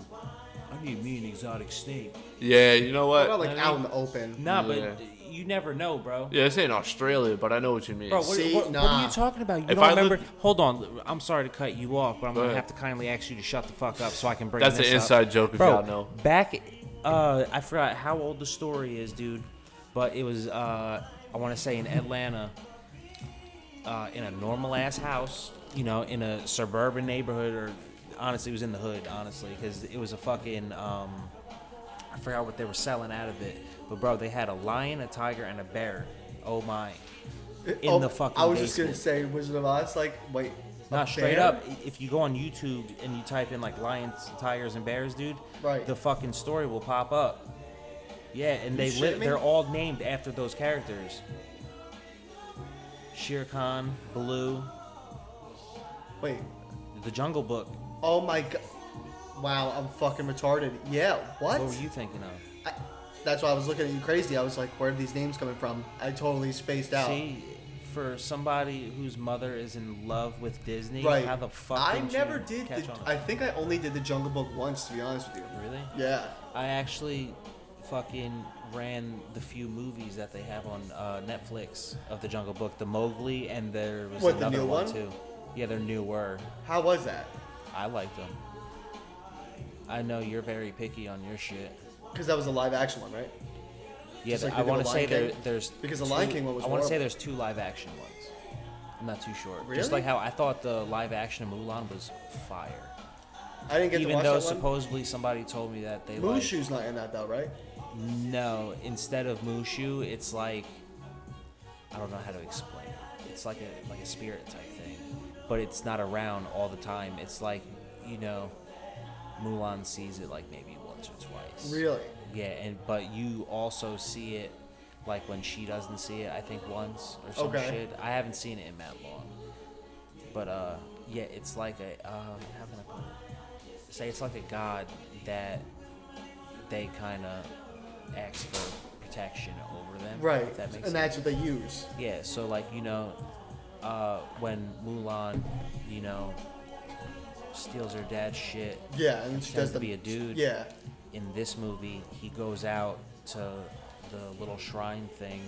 I need me an exotic snake. Yeah, you know What what? about like I out in mean- the open? Nah, Yeah. but d- you never know, bro. Yeah, this ain't Australia, but I know what you mean. Bro, what, See, what- what are nah. you talking about? You If don't I remember? lived- Hold on. I'm sorry to cut you off, but I'm Go gonna ahead. have to kindly ask you to shut the fuck up so I can bring. That's this an up. inside joke if Bro, y'all know. Back, uh, I forgot how old the story is, dude, but it was uh, I want to say in Atlanta, uh, in a normal ass house, you know, in a suburban neighborhood, or honestly, it was in the hood, honestly, because it was a fucking. Um, I forgot what they were selling out of it, but bro, they had a lion, a tiger, and a bear. Oh my! In Oh, the fucking. I was just basement. gonna say Wizard of Oz. Like, wait. a Not straight bear? up. i- If you go on YouTube and you type in like lions, tigers, and bears, dude, Right. the fucking story will pop up. Yeah, and they shitting li- me? they're all named after those characters. Shere Khan, Baloo, Wait. The Jungle Book. Oh my god. Wow, I'm fucking retarded. Yeah. What? What were Oh, you thinking of? I, that's why I was looking at you crazy. I was like, where are these names coming from? I totally spaced out. See, for somebody whose mother is in love with Disney, right. how the fuck? I didn't you never did. catch The, on to I think I only did the Jungle Book once, to be honest with you. that? really. Yeah. I actually fucking ran the few movies that they have on uh, Netflix of the Jungle Book, the Mowgli, and there was What, the another new one, one? too. Yeah, they're newer. How was that? I liked them. I know you're very picky on your shit. Because that was a live action one, right? Yeah, Just like I they did want with to say Lion there, King. there's Because the Lion King one was I want to say horrible. there's two live action ones. I'm not too sure. Really? Just like how I thought the live action of Mulan was fire, I didn't get to even watch though that one. supposedly somebody told me that they like Mushu's not in that though, right? No, instead of Mushu, it's like I don't know how to explain it. It's like a like a spirit type thing, but it's not around all the time. It's like you know, Mulan sees it like maybe once or twice. Really? Yeah, and but you also see it like when she doesn't see it. I think once or some Okay. shit. I haven't seen it in that long, but uh, yeah, it's like a um, how can I put it? Say it's like a god that they kind of ask for protection over them. Right. If that makes and sense. that's what they use. Yeah, so like you know, uh, when Mulan, you know, steals her dad's shit Yeah, and she Pretends does to the be a dude. Yeah. in this movie, he goes out to the little shrine thing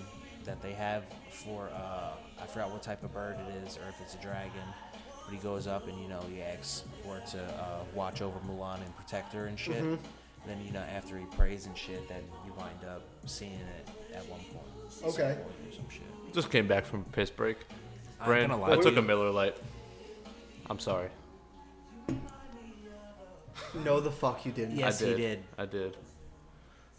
that they have for uh, I forgot what type of bird it is or if it's a dragon. But he goes up and you know he asks for it to uh, watch over Mulan and protect her and shit. Mm-hmm. And then you know after he prays and shit, then you wind up seeing it at one point. at some Okay. point or some shit. Just came back from a piss break. I'm Brand, gonna lie I to took you. a Miller Light. I'm sorry. No, the fuck you didn't. Yes, I he did. did. I did.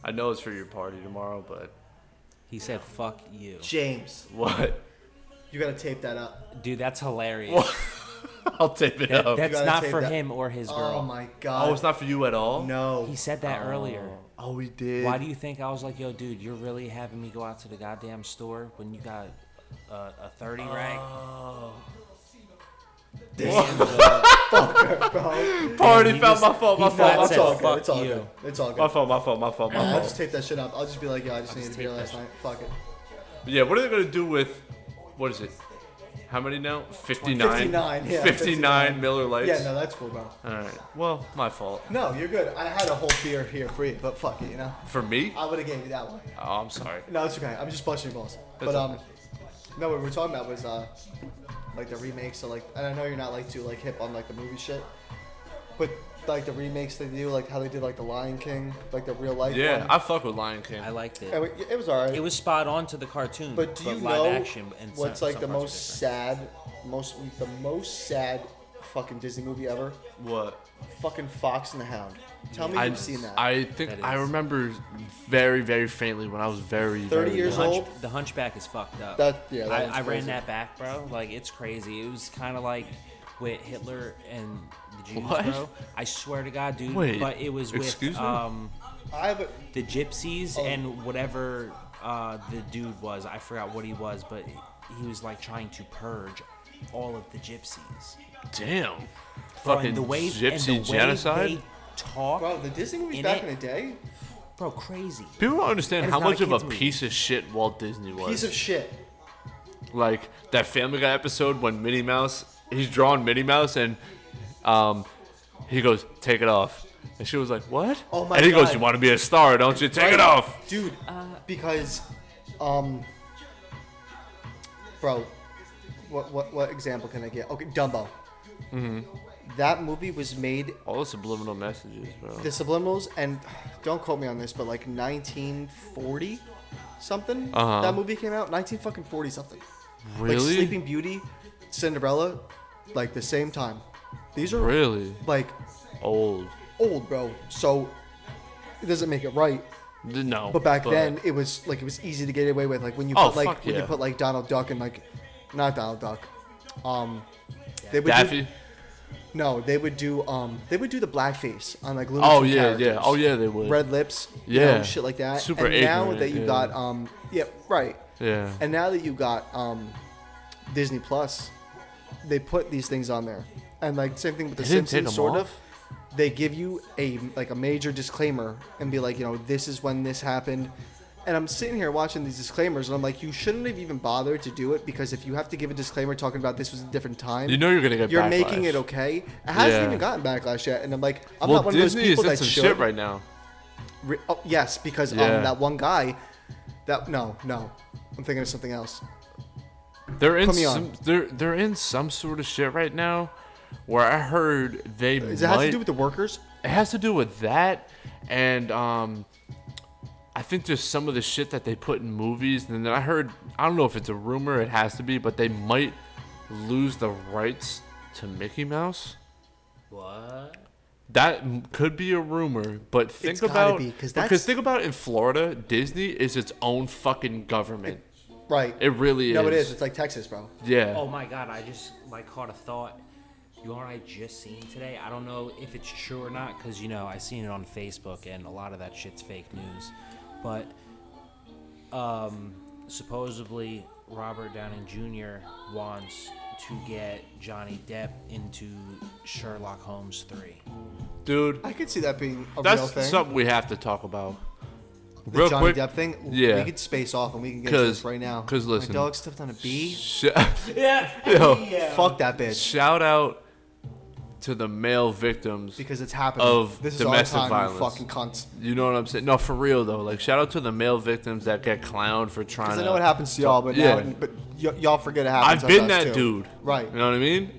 I know it's for your party tomorrow, but He said, "Fuck you, James, what? you gotta tape that up. dude." That's hilarious. I'll tape it That- up. that's gotta not save for that. him or his girl. Oh my god. oh, it's not for you at all. No. He said that earlier. Oh, we did. Why do you think I was like, "Yo, dude, you're really having me go out to the goddamn store when you got uh, a 30 rack?" Oh. party found He just- my fault? My he fault. not My it's said, all fault. good. It's "Fuck all you." good. It's all My good. fault. My fault. My fault. My I'll just fault. tape that shit up. I'll just be like, yo, I just needed a beer last night. Fuck it. Yeah. What are they gonna do with? What is it? How many now? Fifty-nine. 59, yeah, 59 59. Miller Lights. Yeah, no, that's cool, bro. All right. Well, my fault. No, you're good. I had a whole beer here for you, but fuck it, you know. For me? I would have gave you that one. Oh, I'm sorry. No, it's okay. I'm just busting your balls. But um, okay. no, what we were talking about was uh, like the remakes. So like, and I know you're not like too like hip on like the movie shit, but like the remakes they do, like how they did like the Lion King, like the real life. Yeah, one. I fuck with Lion King. I liked it. And we- it was alright. It was spot on to the cartoon, but do you live know action and some- what's like some the parts are most different. sad, most the most sad fucking Disney movie ever? what? Fucking Fox and the Hound. Tell me I, you've seen that. I think That I is- remember very, very faintly when I was very, 30 very years young. old? Hunch- the Hunchback is fucked up. That- yeah, that I, one's I ran crazy. that back, bro. Like it's crazy. It was kind of like with Hitler and the Jews, What? bro. I swear to God, dude. Wait, but it was excuse with me? um I have a, the gypsies Oh. and whatever uh, the dude was. I forgot what he was, but he was like trying to purge all of the gypsies. Damn. Bro, Fucking and the way, and the gypsy way genocide. They talk, bro, the Disney movies In back it- in the day, bro, crazy. People don't understand That is how not a much of a kid's movie. piece of shit Walt Disney was. piece of shit. like that Family Guy episode when Minnie Mouse he's drawing Minnie Mouse and um he goes take it off and she was like what Oh my and he goes God. you want to be a star don't you take it off dude. because, um, bro, what what what example can I get? Okay, Dumbo. Mm-hmm. That movie was made all the subliminal messages bro the subliminals and don't quote me on this, but like 1940 something. Uh-huh. That movie came out 19 fucking 40 something. Like Really? Sleeping Beauty, Cinderella, like the same time. These are really like old old, bro. So it doesn't make it right. D- no But back then, it was like it was easy to get away with. Like when you Oh, put like fuck when yeah. you put like Donald Duck and like not Donald Duck, um, they would do- Daffy no, they would do um they would do the blackface on like Looney oh Tunes yeah yeah characters. oh yeah they would red lips, you Yeah. know, shit like that. Super and now ignorant, that you yeah. got um yeah right, yeah and now that you got um Disney Plus, they put these things on there, and like same thing with the They didn't take Simpsons, 'em sort off? of. They give you a like a major disclaimer and be like, you know, this is when this happened. And I'm sitting here watching these disclaimers, and I'm like, you shouldn't have even bothered to do it because if you have to give a disclaimer talking about this was a different time, you know you're gonna get you're backlash. making it okay. It hasn't Yeah. even gotten backlash yet, and I'm like, I'm well not one Disney of those people is in that some should. shit right now Re- oh, yes, because Yeah. um, that one guy. That no, no, I'm thinking of something else. They're in Put me some on. they're they're in some sort of shit right now where I heard they Does it might have to do with the workers? it has to do with that and um I think there's some of the shit that they put in movies and then I heard I don't know if it's a rumor it has to be but they might lose the rights to Mickey Mouse. What? That m- could be a rumor, but think It's gotta about be, 'cause because that's- think about in Florida, Disney is its own fucking government. Right. It, really no, is. it is. It's like Texas, bro. Yeah. Oh my god, I just like caught a thought. You know what I just seen today? I don't know if it's true or not because you know I seen it on Facebook and a lot of that shit's fake news. But um, supposedly Robert Downey Jr. wants to get Johnny Depp into Sherlock Holmes three. Dude, I could see that being a real that's thing. something we have to talk about. the Real Johnny quick, Depp thing. yeah. We could space off and we can get into 'Cause- this right now. 'cause listen. my dog stepped on a bee. Sh- Yo, Fuck that bitch. shout out to the male victims. Because it's happening. Of this is domestic our time, violence. You fucking cunts. you know what I'm saying? No, for real though. Like shout out to the male victims that get clowned for trying. Because to, I know it happens to y'all, but Yeah. now, but y- y'all forget it happens. I've to been us, that too. dude. Right. You know what I mean?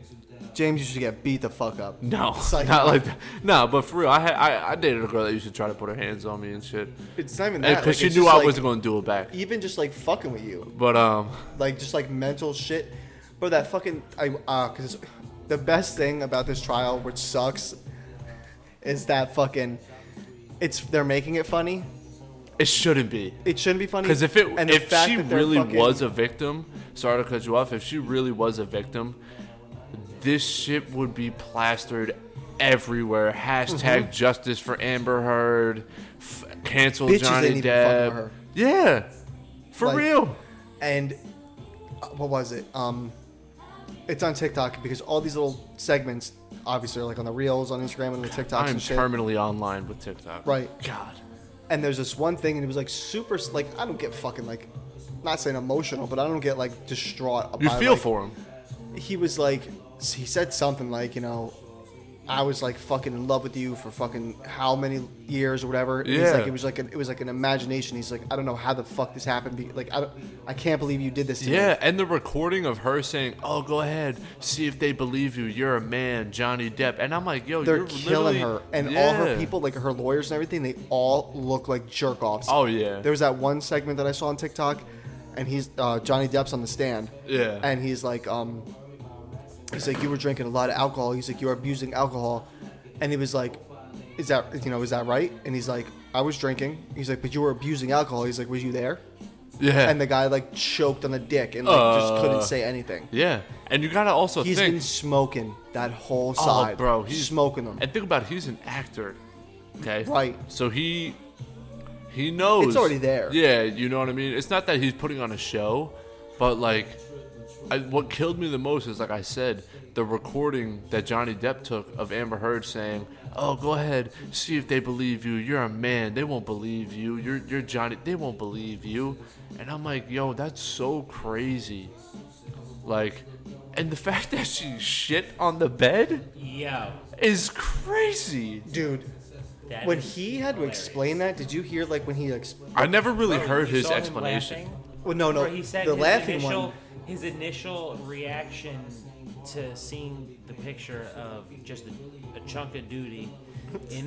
James used to get beat the fuck up. No, Psycho. not like that. No, but for real, I had I, I dated a girl that used to try to put her hands on me and shit, It's not even that. because like, she it's knew just, I like, wasn't gonna do it back. even just like fucking with you. But um, like just like mental shit. Bro, that fucking I uh, cause the best thing about this trial, which sucks, is that fucking it's they're making it funny. it shouldn't be. It shouldn't be funny. Because if it and the if fact she that they're really fucking- was a victim, sorry to cut you off. If she really was a victim, this shit would be plastered everywhere. Hashtag Mm-hmm. justice for Amber Heard. F- cancel Bitches ain't Johnny even fucking with Depp. her. Yeah, for Like- real. and uh, what was it? Um, it's on TikTok because all these little segments, obviously, are like on the reels on Instagram and the TikToks I'm and shit. terminally online with TikTok. Right. God. and there's this one thing, and it was like super like I don't get fucking like, not saying emotional, but I don't get like distraught. You by, feel like, for him. he was like he said something like you know I was like fucking in love with you for fucking how many years or whatever. And he's Yeah. like it was like an, it was like an imagination. He's like I don't know how the fuck this happened. Be- Like I don't, I can't believe you did this. To Yeah, and the recording of her saying, "Oh, go ahead, see if they believe you. You're a man, Johnny Depp." And I'm like, "Yo, me. they're you're killing literally- her and all her Yeah. people, like her lawyers and everything. They all look like jerk offs. Oh, yeah. There was that one segment that I saw on TikTok, and he's uh, Johnny Depp's on the stand. Yeah. And he's like um. He's like, you were drinking a lot of alcohol. He's like, you were abusing alcohol. And he was like, is that, you know, is that right? And he's like, I was drinking. He's like, but you were abusing alcohol. He's like, was you there? Yeah, And the guy like choked on the dick and like just couldn't Uh, say anything. yeah, and you gotta also He's think, been smoking that whole Oh, side. bro, he's- smoking them. and think about, it, he's an actor, okay? Right. So he he knows It's already there. Yeah, you know what I mean. It's not that he's putting on a show, but like, I, what killed me the most is like I said, the recording that Johnny Depp took of Amber Heard saying, "Oh, go ahead, see if they believe you. You're a man. They won't believe you. You're you're Johnny. They won't believe you." And I'm like, "Yo, that's so crazy." Like, and the fact that she shit on the bed Yo, is crazy. Dude, that when is he had to hilarious. explain that, did you hear like when he like? I never really Bro, heard you his saw him explanation. laughing? Well, no, no, Where he said the his laughing initial, one. His initial reaction to seeing the picture of just a, a chunk of duty in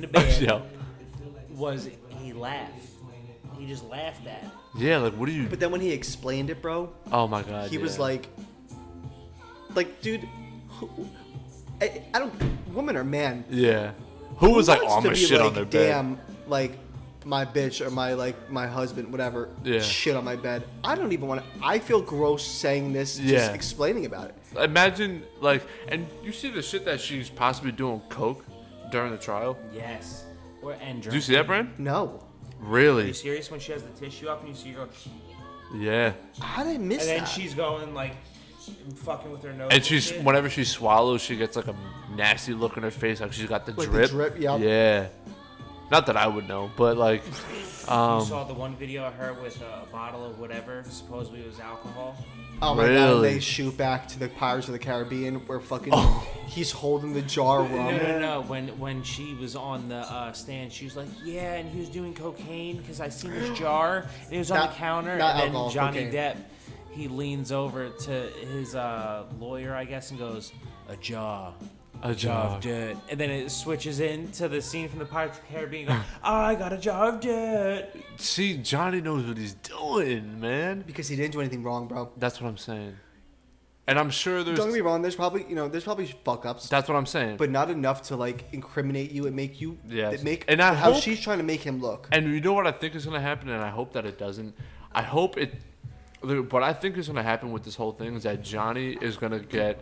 the bed Yeah. was he laughed. He just laughed at. It. Yeah, like what do you? But then when he explained it, bro, Oh my god. he was yeah. like, like, dude, who, I, I don't, woman or man, yeah. Who was like, wants oh, I'm to gonna be shit like, on their bed. Damn, like my bitch or my like my husband, whatever. Yeah. Shit on my bed. I don't even want to. I feel gross saying this. Yeah. Just explaining about it. Imagine like, and you see the shit that she's possibly doing coke during the trial. Yes. Or and Do you drunk. see that, Brand? No. Are you Really? serious when she has the tissue up and you see her go, and Yeah. How did I miss then that? she's going like fucking with her nose. And she's shit? whenever she swallows, she gets like a nasty look in her face, like she's got the Like the drip. drip, yeah. Yeah. Not that I would know, but like, you saw the one video of her with a, a bottle of whatever supposedly it was alcohol. oh my god! and Really? Oh. They shoot back to the Pirates of the Caribbean where fucking he's holding the jar of No, rum. no, no. When when she was on the uh, stand, she was like, "Yeah," and he was doing cocaine because I seen this jar and it was on Not- the counter. And not then alcohol, Johnny cocaine. Depp, he leans over to his uh, lawyer, I guess, and goes, "A jar." a Jar job. of dirt, and then it switches into the scene from the Pirates of the Caribbean. Going, "Oh, I got a jar of dirt. See, Johnny knows what he's doing, man. Because he didn't do anything wrong, bro. That's what I'm saying. And I'm sure there's. Don't get me wrong. There's probably you know there's probably fuck ups, That's what I'm saying. but not enough to like incriminate you and make you Yes. make And I how hope- she's trying to make him look. And you know what I think is going to happen, and I hope that it doesn't. I hope it. What I think is going to happen with this whole thing is that Johnny is going to get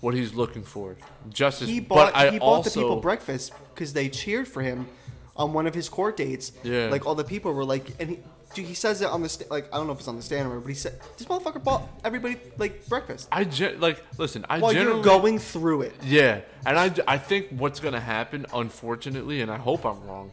what he's looking for, justice. he bought but I he bought also, the people breakfast because they cheered for him on one of his court dates. Yeah. like all the people were like, and he, dude, he says it on the sta- like I don't know if it's on the stand or whatever, but he said this motherfucker bought everybody like breakfast I gen- like listen. I while generally you're going through it. Yeah, and I, I think what's gonna happen, unfortunately, and I hope I'm wrong,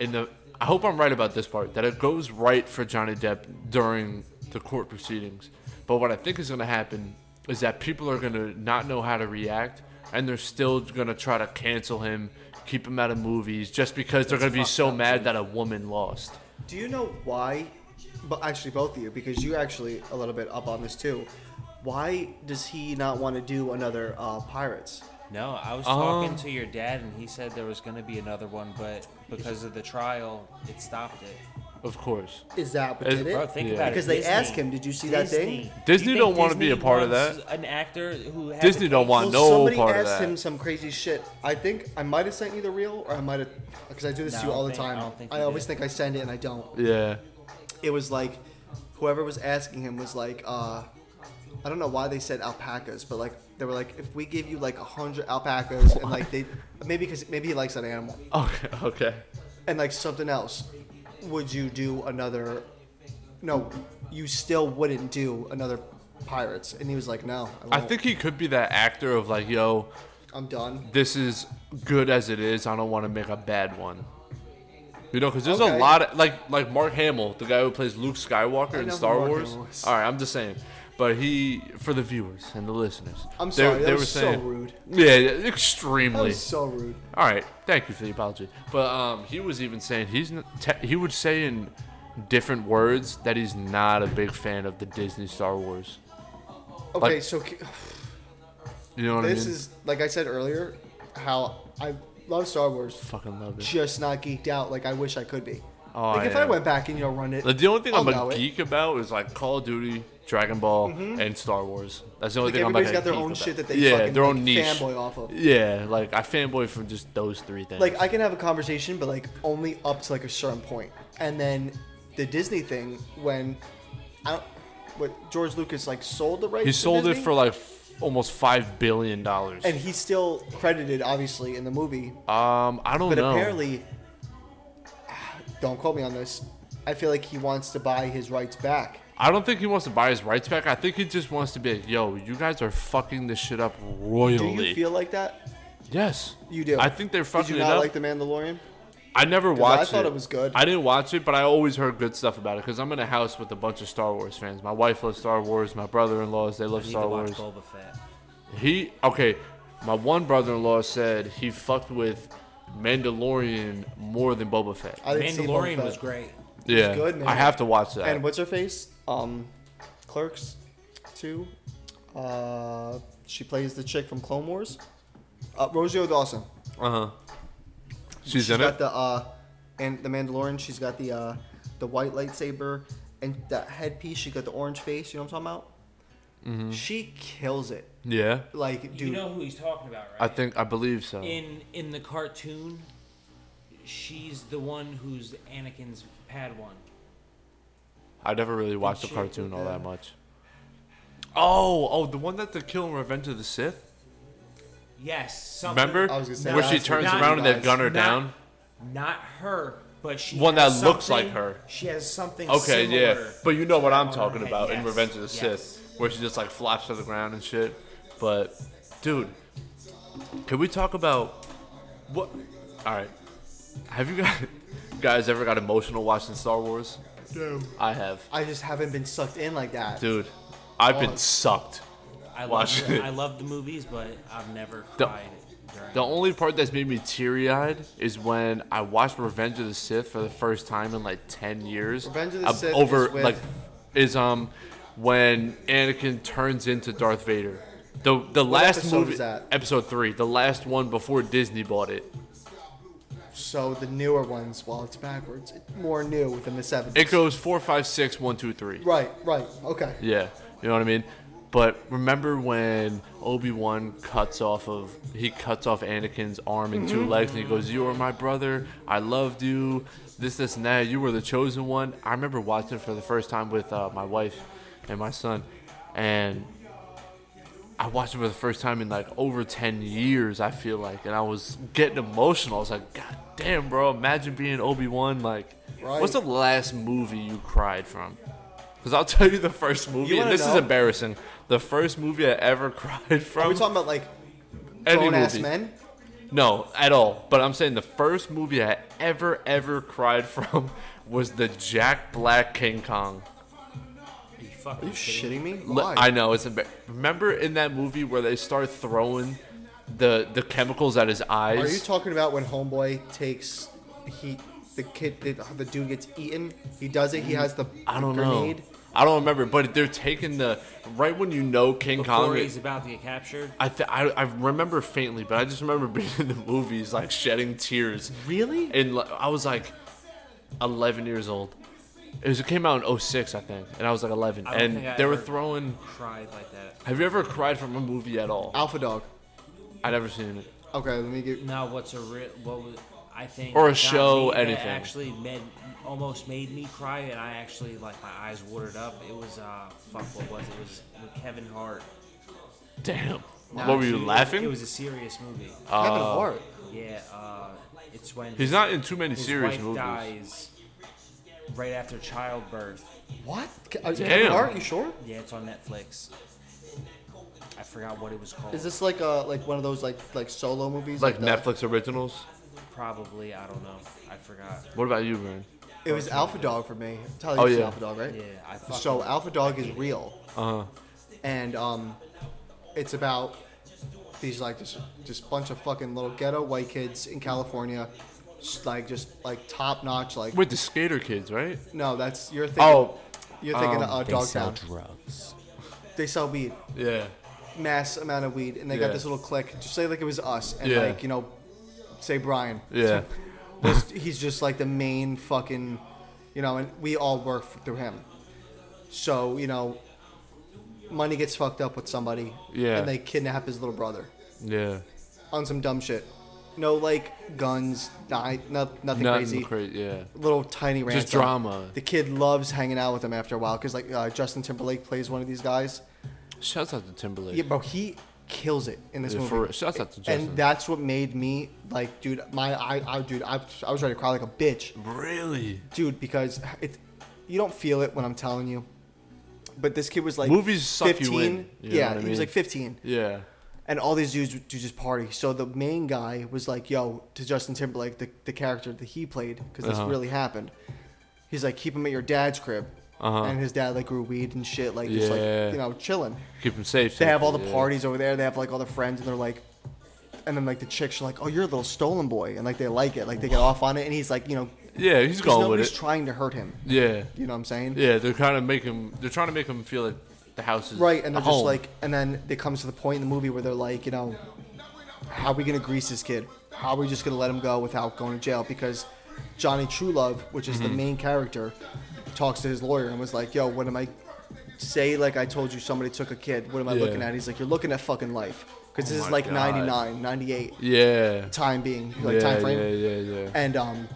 in the I hope I'm right about this part that it goes right for Johnny Depp during the court proceedings. But what I think is gonna happen is that people are gonna not know how to react, and they're still gonna try to cancel him, keep him out of movies, just because they're gonna be so mad that a woman lost. Do you know why? But actually, both of you, because you actually a little bit up on this too. Why does he not want to do another uh, Pirates? No, I was Um. talking to your dad, and he said there was going to be another one, but because of the trial, it stopped it. Of course. Is that what Is- did it? Bro, think Yeah. about it. Because they Disney- asked him, "Did you see that thing?" Disney. Disney You don't think wanna be Disney a part of wants that. An actor who had Disney the don't case- want Well, no somebody part of asked that. him some crazy shit. I think I might have sent you the reel, or I might have, because I do this to No, you all the I think- I time. don't think I you always did. think I send it and I don't. Yeah. It was like, whoever was asking him was like, uh, I don't know why they said alpacas, but like they were like, if we give you like a hundred alpacas and like they, maybe because maybe he likes that animal Okay. Okay. and like something else, would you do another? No, you still wouldn't do another pirates. And he was like, no, I, won't. I think he could be that actor of like, yo, I'm done. this is good as it is. I don't want to make a bad one. You know, because there's Okay. a lot of like like Mark Hamill, the guy who plays Luke Skywalker I in know who Star Mark Wars. Hamill is. All right, I'm just saying. But he, for the viewers and the listeners, I'm they- sorry, they, that was were so saying, rude. Yeah, yeah, That extremely. was so rude. All right, thank you for the apology. But um, he was even saying he's n- te- he would say in different words that he's not a big fan of the Disney Star Wars. Okay, Like- so c- You know what I mean? this is like I said earlier, how I love Star Wars, fucking love it. just not geeked out like I wish I could be. Oh, like if yeah. I went back and you know run it, Like, the only thing i I'll am know a it. Mm-hmm. geek about is like Call of Duty, Dragon Ball, and Star Wars. That's the only Like thing I'm like everybody's a got their geek own about. shit that they yeah fucking, their own like, niche fanboy off of. Yeah, like I fanboy from just those three things. like I can have a conversation, but like only up to like a certain point, and then the Disney thing when I don't. What George Lucas like sold the rights? he to sold it Disney? for like f- almost five billion dollars. and he's still credited obviously in the movie, Um, I don't but know. apparently, don't quote me on this. I feel like he wants to buy his rights back. I don't think he wants to buy his rights back. I think he just wants to be like, yo, you guys are fucking this shit up Do royally. you feel like that? yes. You do. I think they're fucking Did you it not up. like The Mandalorian? I never 'Cause watched I thought it was good. I didn't watch it, but I always heard good stuff about it because I'm in a house with a bunch of Star Wars fans. My wife loves Star Wars. My brother-in-laws, they love Need Star to watch Wars. Boba Fett. He okay. My one brother-in-law said he fucked with Mandalorian more than Boba Fett. I didn't see Boba Mandalorian Fett. was great. yeah, good, man. I have to watch that. And what's her face? Um, Clerks, two. Uh, she plays the chick from Clone Wars. Uh, Rosie O'Dawson. uh huh. She's, She's in got it. the uh, and the Mandalorian. She's got the uh, the white lightsaber and that headpiece. She got the orange face. You know what I'm talking about? Mm-hmm. She kills it. yeah, Like, dude, You know who he's talking about, right? I think I believe so. in in the cartoon, she's the one who's Anakin's Padawan. I never really watched the shit, cartoon all yeah. that much. Oh, oh, the one that the kill in Revenge of the Sith. Yes, something. Remember I was gonna say where that. she That's turns not- around and they not- gun her not- down? Not her, but she. One that has looks like something- her. She has something. Okay, yeah, similar but you know what I'm on her talking head. about in Yes, Revenge of the yes. Sith, where she just like flops to the ground and shit. But, dude, can we talk about what? All right, have you guys, guys ever got emotional watching Star Wars? I have, I just haven't been sucked in like that. dude. I've Oh. been sucked. I love, Watch the, it. I love the movies, but I've never The- cried during. The only part that's made me teary eyed is when I watched Revenge of the Sith for the first time in like ten years. Revenge of the Um, Sith over is with- like is um when Anakin turns into Darth Vader. The the last episode movie is that? episode three, the last one before Disney bought it. So the newer ones, while it's backwards, it's more new within the 70s. It goes four, five, six, one, two, three. Right, right, okay. Yeah, you know what I mean. But remember when Obi Wan cuts off of he cuts off Anakin's arm in two legs, and he goes, "You are my brother. I loved you. This, this, and that. You were the chosen one." I remember watching it for the first time with uh, my wife and my son, and I watched it for the first time in like over ten years. I feel like, and I was getting emotional. I was like, "God damn, bro! Imagine being Obi Wan. Like, what's the Right. last movie you cried from?" Because I'll tell you the first movie, You and wanna this is know? embarrassing. The first movie I ever cried Are from. we talking about like any grown ass movie. men? No, at all. But I'm saying the first movie I ever, ever cried from was the Jack Black King Kong. Are you fucking Are you kidding shitting me? L- Why? I know it's embar- Remember in that movie where they start throwing the the chemicals at his eyes? Are you talking about when Homeboy takes he the kid the, the dude gets eaten? He does it. He has the I don't grenade. know. I don't remember, but they're taking the right when you know King Before Kong. he's about to get captured. I, th- I I remember faintly, but I just remember being in the movies like shedding tears. Really? And like, I was like 11 years old. It, was, it came out in 06, I think, and I was like 11. I don't And think I they were ever throwing. Cried like that. Have you ever cried from a movie at all? Alpha Dog. I never seen it. Okay, let me get. Now what's a real? What was I think? Or a got show, me, that anything. Actually, made almost made me cry, and I actually like my eyes watered up. It was uh, fuck, what was it? It was with Kevin Hart. Damn. Nah, what were you he- laughing? It was a serious movie. Kevin Uh, Hart. Yeah, uh, it's when He's not in too many his serious wife movies. dies right after childbirth. What? Ke- uh, Damn. Kevin Hart? You sure? Yeah, it's on Netflix. I forgot what it was called. Is this like a like one of those like like solo movies? Like the- Netflix originals. Probably I don't know. I forgot. What about you, man? It was Alpha Dog for me. Tell you Oh, it's yeah. Alpha Dog, right? Yeah, I fucking, So Alpha Dog is real. Uh huh. and um, it's about these like just just bunch of fucking little ghetto white kids in California, s- like just like top notch like. With the skater kids, right? No, that's you're thinking. Oh, you're thinking of uh, They sell Dogtown. drugs. They sell weed, yeah. mass amount of weed, and they Yeah. got this little clique. Just say like it was us, and Yeah. like you know, say Brian. Yeah. was- he's just like the main fucking, you know, and we all work f- through him. So you know, money gets fucked up with somebody, Yeah. and they kidnap his little brother Yeah. on some dumb shit. No like guns, ni- no, nothing crazy. Nothing crazy. Yeah. Little tiny ransom. drama. The kid loves hanging out with him after a while because like uh, Justin Timberlake plays one of these guys. Shouts out to Timberlake. Yeah, bro, he kills it in this Yeah, movie. for real. Shouts out to Justin. And that's what made me like, dude, my I, I dude, I, I was ready to cry like a bitch. Really? dude, because it, you don't feel it when I'm telling you. But this kid was like Movies suck you in, you know yeah, what I he was mean? like 15, Yeah. and all these dudes would do just party. So the main guy was like, "Yo," to Justin Timberlake, the, the character that he played, because this Uh-huh. really happened. He's like, "Keep him at your dad's crib," Uh-huh. and his dad like grew weed and shit, like just Yeah. like you know chilling. Keep them safe. They have all the safety, yeah. parties over there. They have like all their friends, and they're like, and then like the chicks are like, "Oh, you're a little stolen boy," and like they like it, like they get off on it, and he's like, you know, Yeah, he's 'cause going with nobody's it. trying to hurt him. yeah. You know what I'm saying? Yeah, they're kind of making. They're trying to make him feel like the house is Right, and a they're just home. like, and then it comes to the point in the movie where they're like, you know, how are we gonna grease this kid? How are we just gonna let him go without going to jail? Because Johnny True Love, which Mm-hmm. is the main character, talks to his lawyer and was like, "Yo, what am I? Say like I told you, somebody took a kid. What am I Yeah. looking at?" He's like, "You're looking at fucking life." Because this Oh is my like God. 99, 98 Yeah. time being, like yeah, time frame Yeah, yeah, yeah. and um,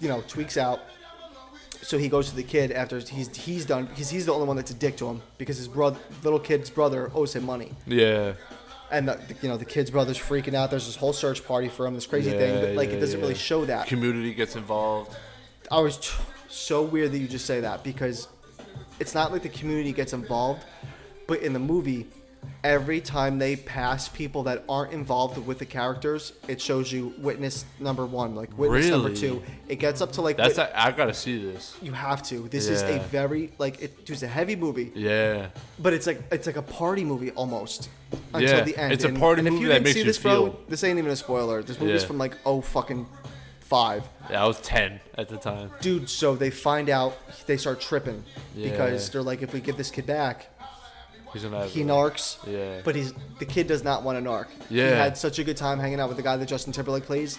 you know, tweaks out. So he goes to the kid after he's he's done because he's the only one that's a dick to him because his brother, little kid's brother, owes him money, yeah. and the, you know the kid's brother's freaking out. There's this whole search party for him, this crazy thing, Yeah, but like yeah, it doesn't yeah. really show that. Community gets involved. I was t- so weird that you just say that because it's not like the community gets involved, but in the movie, every time they pass people that aren't involved with the characters, it shows you witness number one, like witness number Really? two. It gets up to like That's wit- I I gotta see this. you have to. This is a Yeah. very like it, it's a heavy movie, Yeah. but it's like it's like a party movie almost until Yeah, the end. it's a party movie that makes you this, feel- this ain't even a spoiler. This movie's Yeah. from like oh fucking five. Yeah, I was ten at the time. Dude, so they find out they start tripping because Yeah. they're like, if we give this kid back, He's gonna have he a- narcs. Yeah. But he's the kid does not want to narc. He Yeah. had such a good time hanging out with the guy that Justin Timberlake plays.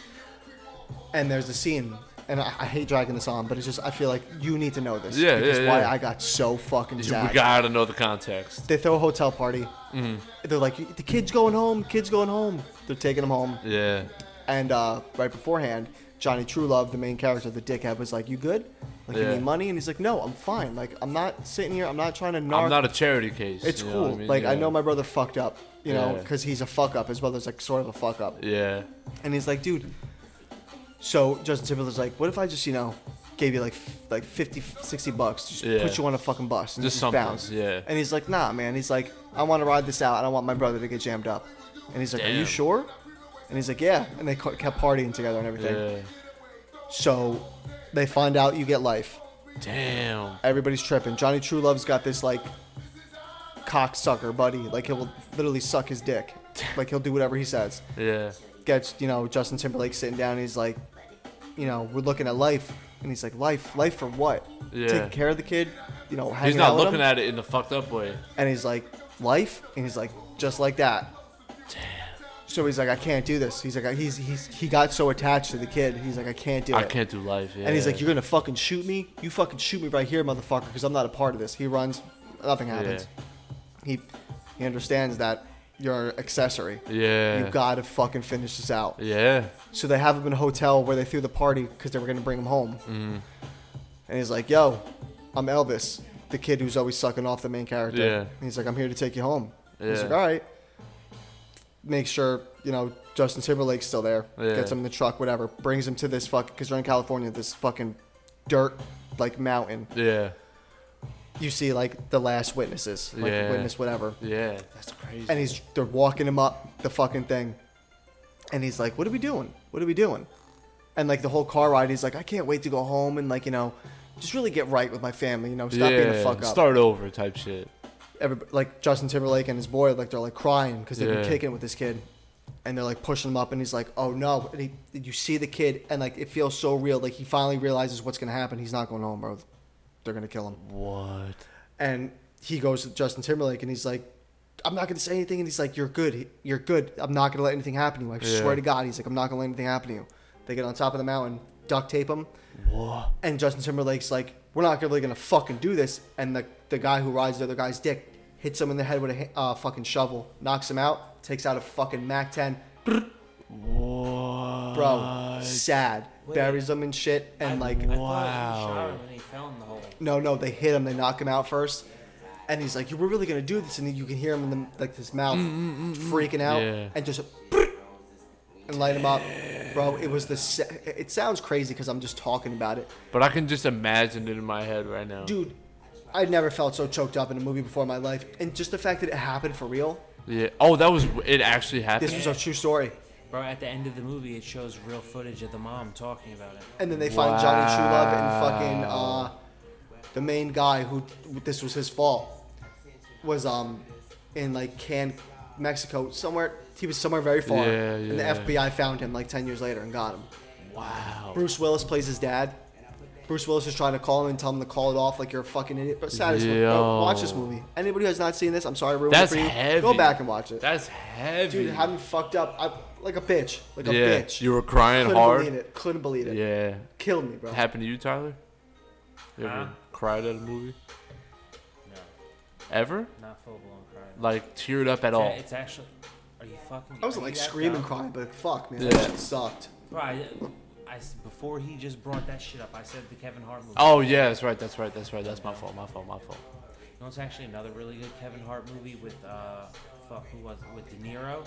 And there's a scene, and I, I hate dragging this on, but it's just I feel like you need to know this. Yeah, Because yeah, why yeah. I got so fucking You- zapped. We gotta know the context. they throw a hotel party. Mm-hmm. They're like, the kid's going home, kid's going home. They're taking him home. Yeah. And uh, right beforehand, Johnny True Love, the main character, the dickhead, was like, you good? Like, you Yeah. need money? And he's like, no, I'm fine. Like, I'm not sitting here. I'm not trying to narc. I'm not a charity case. it's you know cool. what I mean? Like, I Yeah. know my brother fucked up, you know, Yeah. because he's a fuck up. His brother's like sort of a fuck up. Yeah. And he's like, dude. So Justin Timberlake's like, what if I just, you know, gave you like f- like 50, 60 bucks, just Yeah. put you on a fucking bus and Just just, something, bounce. yeah. And he's like, nah, man. He's like, I want to ride this out. I don't want my brother to get jammed up. And he's like, are you Damn. sure? And he's like, yeah. And they ca- kept partying together and everything. Yeah. So they find out you get life. Damn. Everybody's tripping. Johnny True Love's got this like cocksucker buddy. Like he'll literally suck his dick. Like he'll do whatever he says. Yeah. Gets you know Justin Timberlake sitting down. he's like, you know, we're looking at life, and he's like, life, life for what? Yeah. Taking care of the kid. You know, hanging He's not out with looking him. at it in the fucked up way. and he's like, life, and he's like, just like that. Damn. So he's like, I can't do this. He's like, I- he's he's he got so attached to the kid. He's like, I can't do I it. can't do life. Yeah. And he's like, "You're gonna fucking shoot me? You fucking shoot me right here, motherfucker, because I'm not a part of this." He runs, nothing happens. He he understands that you're an accessory. Yeah. You gotta fucking finish this out. Yeah. So they have him in a hotel where they threw the party because they were gonna bring him home. Mm-hmm. And he's like, "Yo, I'm Elvis, the kid who's always sucking off the main character." Yeah. And he's like, "I'm here to take you home." He's Yeah. like, "All right." Make sure you know Justin Timberlake's still there. Yeah. Gets him in the truck, whatever. Brings him to this fucking because they're in California, this fucking dirt like mountain. Yeah. You see like the last witnesses, like Yeah. witness whatever. Yeah. That's crazy. And he's they're walking him up the fucking thing. And he's like, What are we doing? What are we doing? And like the whole car ride, he's like, I can't wait to go home and like, you know, just really get right with my family, you know, stop being a fuck up. Start over type shit. every, like Justin Timberlake and his boy, like they're like crying because they've Yeah. been kicking with this kid, and they're like pushing him up, and he's like, "Oh no!" And he, you see the kid, and like it feels so real. Like he finally realizes what's gonna happen. He's not going home, bro. They're gonna kill him. What? And he goes to Justin Timberlake, and he's like, "I'm not gonna say anything." And he's like, "You're good. You're good. I'm not gonna let anything happen to you. I Yeah. swear to God." He's like, "I'm not gonna let anything happen to you." They get on top of the mountain, duct tape him. What? And Justin Timberlake's like, we're not really gonna fucking do this. And the, the guy who rides the other guy's dick hits him in the head with a ha- uh, fucking shovel, knocks him out, takes out a fucking Mac 10. What? Bro, sad. Wait. Buries him in shit. And like, Wow. I Thought he shot him and he fell in the hole. no, no, they hit him, they knock him out first. And he's like, we're really gonna do this. And then you can hear him in the, like his mouth freaking out Yeah. and just and light him up. Bro, it was the. sa- It sounds crazy because I'm just talking about it. But I can just imagine it in my head right now. dude, I never felt so choked up in a movie before in my life, and just the fact that it happened for real. Yeah. Oh, that was it. Actually happened. This was a true story. Bro, at the end of the movie, it shows real footage of the mom talking about it. And then they find Johnny True Love and fucking uh, the main guy who this was his fault was um in like Can, Mexico somewhere. He was somewhere very far, Yeah, and the yeah. FBI found him like ten years later and got him. wow. Bruce Willis plays his dad. Bruce Willis is trying to call him and tell him to call it off like you're a fucking idiot. But saddest one. Yo. Bro, watch this movie. Anybody who has not seen this, I'm sorry, I ruined That's it for you. heavy. Go back and watch it. That's heavy. Dude, having fucked up, I, like a bitch, like a yeah. bitch. You were crying couldn't believe hard. it. Couldn't believe it. Yeah. Killed me, bro. Happened to you, Tyler? You ever cried at a movie? No, Ever? not full blown crying. Like teared up at all? It's, it's actually. Are you fucking? I wasn't like screaming, crying. crying, but fuck, man, Yeah. that shit sucked. Bro, I, I s- before he just brought that shit up, I said the Kevin Hart movie. Oh yeah, that's right. That's right. That's right. That's my fault. My fault. My fault. You know, it's actually another really good Kevin Hart movie with uh, fuck, who was it? with De Niro?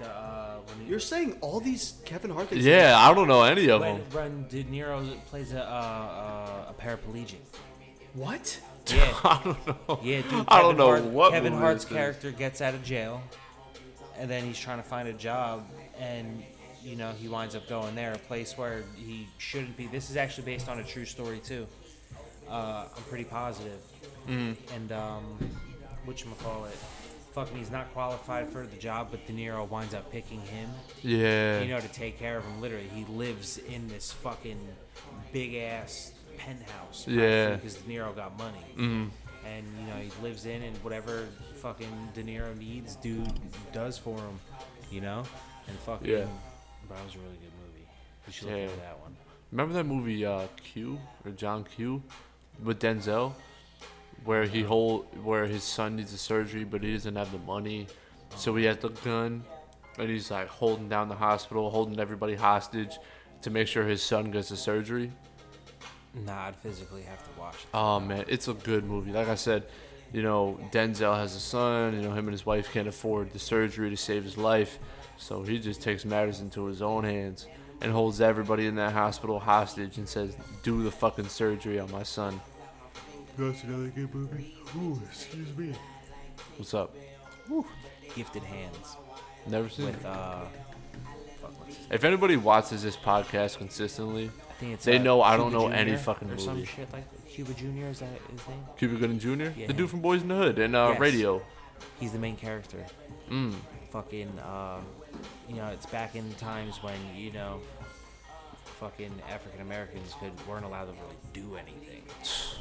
The uh, when he, You're saying all these Kevin Hart things. Yeah, I don't know any of when, them. when De Niro plays a uh, uh, a paraplegic. What? Mm-hmm. Yeah, I don't know. yeah, dude. Kevin I don't know Hart, what Kevin movie Hart's this is. character gets out of jail, and then he's trying to find a job, and you know he winds up going there, a place where he shouldn't be. This is actually based on a true story too. Uh, I'm pretty positive. Mm-hmm. And um, which call it? Fucking, he's not qualified for the job, but De Niro winds up picking him. Yeah. You know, to take care of him. Literally, he lives in this fucking big ass penthouse. Yeah. Mm-hmm. Because De Niro got money. Mm. And you know, he lives in, and whatever fucking De Niro needs, dude does for him. You know, and fucking. Yeah. Bro, that was a really good movie. You should look Yeah. into that one. Remember that movie uh, Q or John Q with Denzel, where he hold where his son needs a surgery but he doesn't have the money, so he has the gun, and he's like holding down the hospital, holding everybody hostage to make sure his son gets the surgery. Nah, I'd physically have to watch it. Oh man, it's a good movie. Like I said, you know, Denzel has a son, you know, him and his wife can't afford the surgery to save his life. So he just takes matters into his own hands and holds everybody in that hospital hostage and says, Do the fucking surgery on my son. That's another good movie. Ooh, excuse me. What's up? Gifted Hands Never seen it. with uh. Fuck, what's his If anybody watches this podcast consistently, I think it's, They uh, know I don't Cuba know any Jr. fucking or some movie. shit like Cuba Jr. Is that his name? Cuba Gooding Jr., Yeah, the him. dude from Boys in the Hood and uh, Yes. radio. He's the main character. Fucking, uh, you know, it's back in times when you know, fucking African Americans could weren't allowed to really do anything.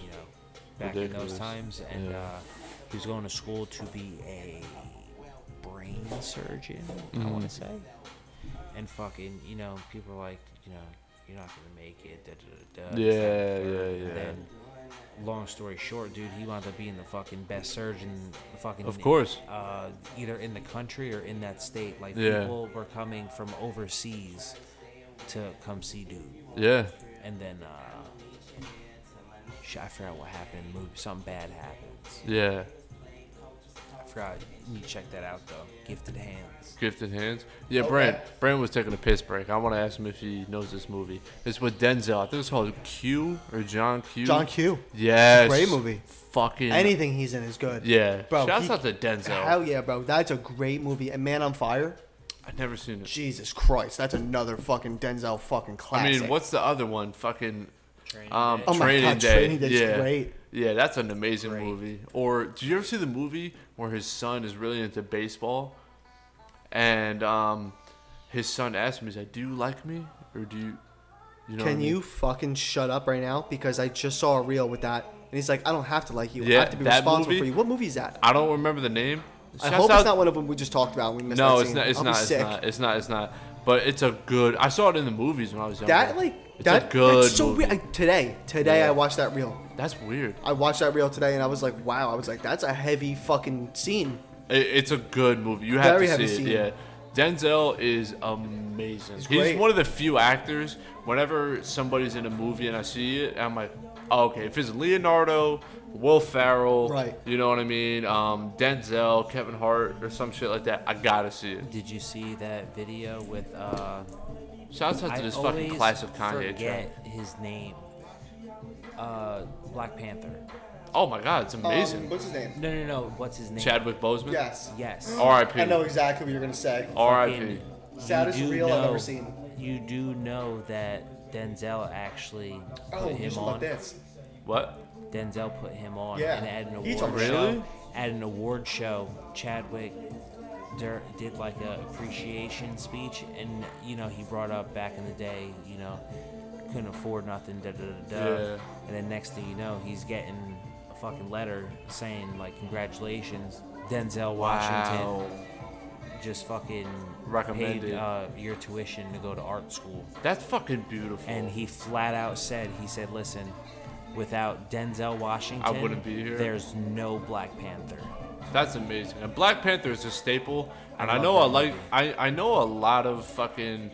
You know, back in Ridiculous. those times, and Yeah. uh, he was going to school to be a brain surgeon. I want to say, and fucking, you know, people were like, you know, you're not gonna make it. Da, da, da, da, this, that, and the Yeah, third. yeah, And yeah. then long story short, dude, he wound up being the fucking best surgeon, the fucking Of course. uh, either in the country or in that state. Like Yeah. people were coming from overseas to come see dude, Yeah. and then uh, shit, I forgot what happened. Movie, something bad happens. Yeah. I forgot. You need to check that out though. Gifted hands. Gifted Hands. Yeah, Brand. Brand was taking a piss break. I want to ask him if he knows this movie. It's with Denzel. I think it's called Q or John Q. John Q. Yes. Great movie. Fucking. Anything he's in is good. Yeah. Bro, Shouts he- out to Denzel. Hell yeah, bro. That's a great movie. And Man on Fire. I've never seen it. Jesus Christ, that's another fucking Denzel fucking I classic. mean, what's the other one? Fucking. Training Um, Day. Oh my Training God, Day. Training Day's yeah. great. Yeah, that's an amazing Great. movie. Or did you ever see the movie where his son is really into baseball, and um, his son asked him, he's like, "Do you like me, or do you, you know?" what I Can mean?" you fucking shut up right now? Because I just saw a reel with that, and he's like, "I don't have to like you. Yeah, I have to be that responsible movie? for you." What movie is that? I don't remember the name. I Shouts hope out- it's not one of them we just talked about. and We missed No, that it's scene. not. It's I'll be not. It's sick. not. It's not. It's not. But it's a good. I saw it in the movies when I was younger. That like it's that. a good. that's so movie. weird. I, today, today Yeah. I watched that reel. that's weird. I watched that reel today, and I was like, "Wow!" I was like, "That's a heavy fucking scene." It, it's a good movie. You have Very to heavy see it. scene. Yeah. Denzel is amazing. He's, great. one of the few actors. Whenever somebody's in a movie and I see it, I'm like, oh, okay. If it's Leonardo, Will Ferrell, Right. You know what I mean? Um, Denzel, Kevin Hart, or some shit like that. I gotta see it. Did you see that video with uh Shouts out I to this fucking always classic Kanye track. forget his name. Uh Black Panther. Oh my god, it's amazing. Um, what's his name? No no no, what's his name? Chadwick Boseman. Yes. Yes. R.I.P. I know exactly what you're gonna say. R.I.P. You Saddest do reel I've know- ever seen. You do know that Denzel actually put Oh, you him should on. look this. What? Denzel put him on Yeah. and at an He award told me. show. Really? At an award show, Chadwick dur- did like a appreciation speech, and you know he brought up back in the day, you know, couldn't afford nothing, da da da da. Yeah. And then next thing you know, he's getting a fucking letter saying like, congratulations, Denzel Washington Wow. just fucking Recommended. paid uh, your tuition to go to art school. That's fucking beautiful. And he flat out said, he said, listen, without Denzel Washington, I wouldn't be here." There's no Black Panther. That's amazing. And Black Panther is a staple, and I I, love know a that like movie. I, I know a lot of fucking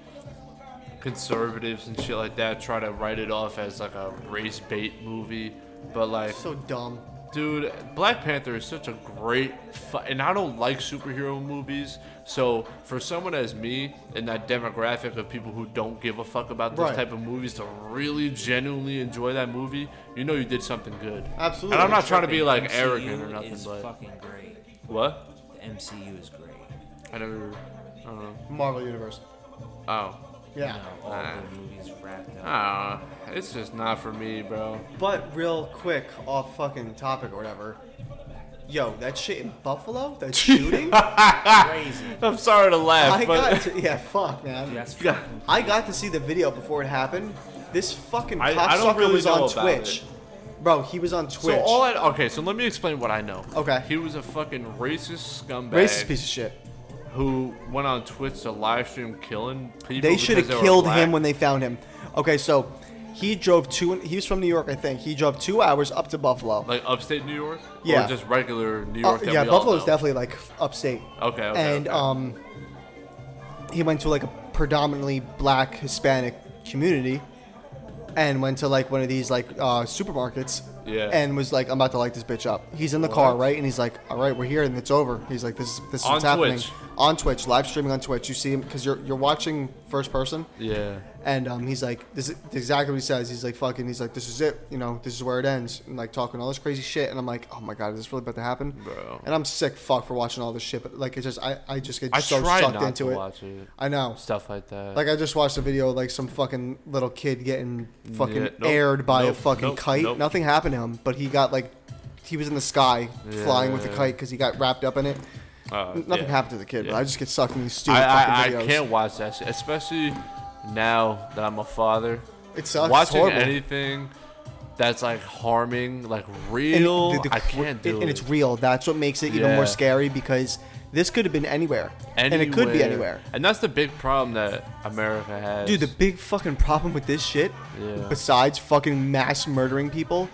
conservatives and shit like that try to write it off as like a race bait movie, but like, So dumb. dude, Black Panther is such a great fu- and I don't like superhero movies, so for someone as me and that demographic of people who don't give a fuck about this Right. type of movies to really genuinely enjoy that movie, you know you did something good. Absolutely. And I'm not trying to be like MCU arrogant or nothing, is but fucking great. what? The MCU is great. I never. I don't know. Marvel Universe. Oh. Yeah. You know, all Ah. the movies wrapped up. Ah, it's just not for me, bro. But real quick, off fucking topic or whatever. Yo, that shit in Buffalo, that shooting. Crazy. Ah, I'm sorry to laugh, I but got to, yeah, fuck man. That's Yeah. fucking I got to see the video before it happened. This fucking I- I don't cocksucker really was know on about Twitch, bro. He was on Twitch. so all I okay. So let me explain what I know. Okay. He was a fucking racist scumbag Racist piece of shit. who went on Twitch to live stream killing people. They should have because were killed him black. when they found him. Okay, so he drove two. He was from New York, I think. He drove two hours up to Buffalo. like upstate New York. Yeah. Or just regular New Uh, York. that yeah, we all Buffalo's know? definitely like upstate. Okay, okay, and okay. um, he went to like a predominantly black Hispanic community, and went to like one of these like uh, supermarkets. Yeah. And was like, I'm about to light this bitch up. He's in the car, What? right? And he's like, All right, we're here, and it's over. He's like, This, is this is On what's happening Twitch. on Twitch, live streaming on Twitch. You see him because you're you're watching first person. Yeah. And um, he's like, this is exactly what he says. He's like, fucking, he's like, this is it. You know, this is where it ends. And like talking all this crazy shit. And I'm like, oh my God, is this really about to happen? Bro. And I'm sick fuck for watching all this shit. But like, it's just, I, I just get I so try sucked not into to it. watch it. I know. Stuff like that. Like, I just watched a video of like some fucking little kid getting fucking Yeah, nope, aired by a nope, fucking nope, kite. nope. Nothing happened to him, but he got like, he was in the sky flying with the Yeah. kite because he got wrapped up in it. Uh, Nothing yeah. happened to the kid, Yeah. but I just get sucked in these stupid I, I, fucking videos. I can't watch that shit, especially now that I'm a father. It sucks. It's Watching horrible. anything that's like harming, like And real, the- the I cr- can't do it. And it's real. That's what makes it even Yeah. more scary because this could have been anywhere, and it could be anywhere. And that's the big problem that America has. Dude, the big fucking problem with this shit, Yeah. besides fucking mass murdering people,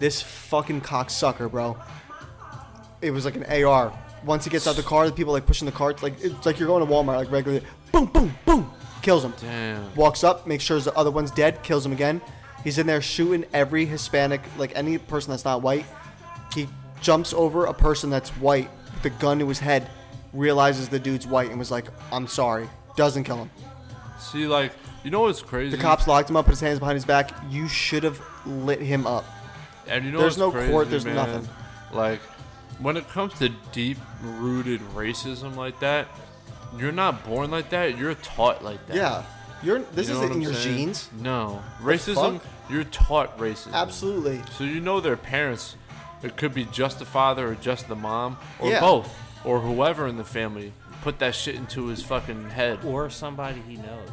this fucking cocksucker, bro. It was like an AR. Once he gets out the car, the people like pushing the cart, like it's like you're going to Walmart, like regularly. Boom, boom, boom, kills him. Damn. Walks up, makes sure the other one's dead, kills him again. He's in there shooting every Hispanic, like any person that's not white. He jumps over a person that's white with a gun to his head, realizes the dude's white, and was like, "I'm sorry." Doesn't kill him. See, like, you know what's crazy? The cops locked him up, put his hands behind his back. You should have lit him up. And you know There's what's no crazy, court, there's man? nothing. Like, when it comes to deep rooted racism like that, you're not born like that. You're taught like that. Yeah, you're. This You isn't know what in I'm your saying? genes. No, racism. fuck? You're taught racism. Absolutely. So you know their parents. It could be just the father or just the mom or Yeah. both or whoever in the family put that shit into his fucking head. or somebody he knows,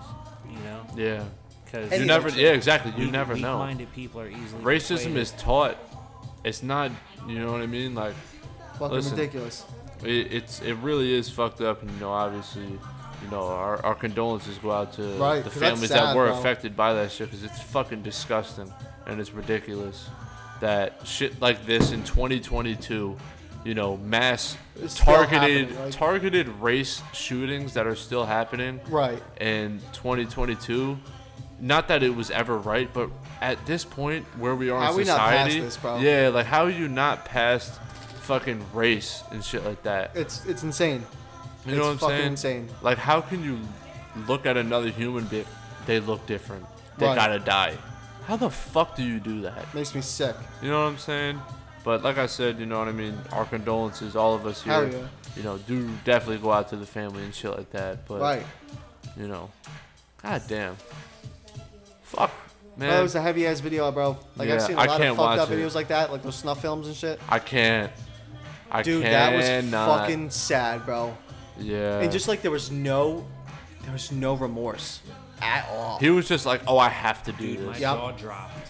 you know? Yeah. Because You Any never. race. Yeah, exactly. You never know. Minded people are easily Racism persuaded. is taught. It's not. You know what I mean? Like Fucking Listen. ridiculous. it, it's. It really is fucked up. And you know, obviously. You know, our, our condolences go out to Right, the 'cause that's families that sad, were bro. affected by that shit because it's fucking disgusting and it's ridiculous that shit like this in 2022, you know, mass It's still targeted happening, like- targeted race shootings that are still happening Right. in 2022. Not that it was ever right, but at this point where we are How in we not past society, this, bro? yeah, like how are you not past fucking race and shit like that? It's it's insane. You it's know what fucking I'm saying? insane. Like how can you look at another human be they look different? They Right. gotta die. How the fuck do you do that? Makes me sick. You know what I'm saying? But like I said, you know what I mean. Our condolences, all of us here. Hell yeah. You know, do definitely go out to the family and shit like that. But Right. you know. God damn. Fuck, man. That was a heavy ass video, bro. Like I've Yeah, seen I a lot can't of fucked up watch it. videos like that, like those snuff films and shit. I can't. I Dude, that cannot. was fucking sad, bro. Yeah. And just like there was no, there was no remorse at all. he was just like, oh, I have to do Dude, my this. Yep. jaw dropped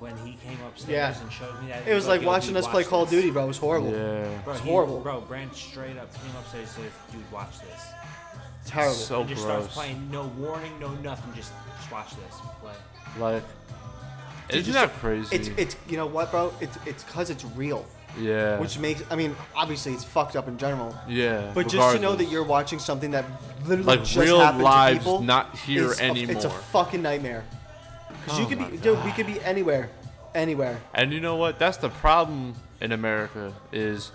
when he came upstairs Yeah. and showed me that. He It was like "Yo, watching dude, us play watch Call of this." Duty, bro. It was horrible. Yeah. Bro, It's he- horrible. Bro, Brand straight up came upstairs and said, dude, watch this. Terrible. So and just Oh, gross. starts playing, no warning, no nothing, just, just watch this. Play. Like, isn't just- that crazy? it's it's you know what, bro? It's it's cause it's real, yeah. which makes I mean obviously it's fucked up in general. yeah. But just to know regardless. that you're watching something that literally Like, just real happened lives to people not here is a- it's a anymore. fucking nightmare. Cause you Oh could my be, dude, we could be anywhere, anywhere. And you know what? That's the problem in America is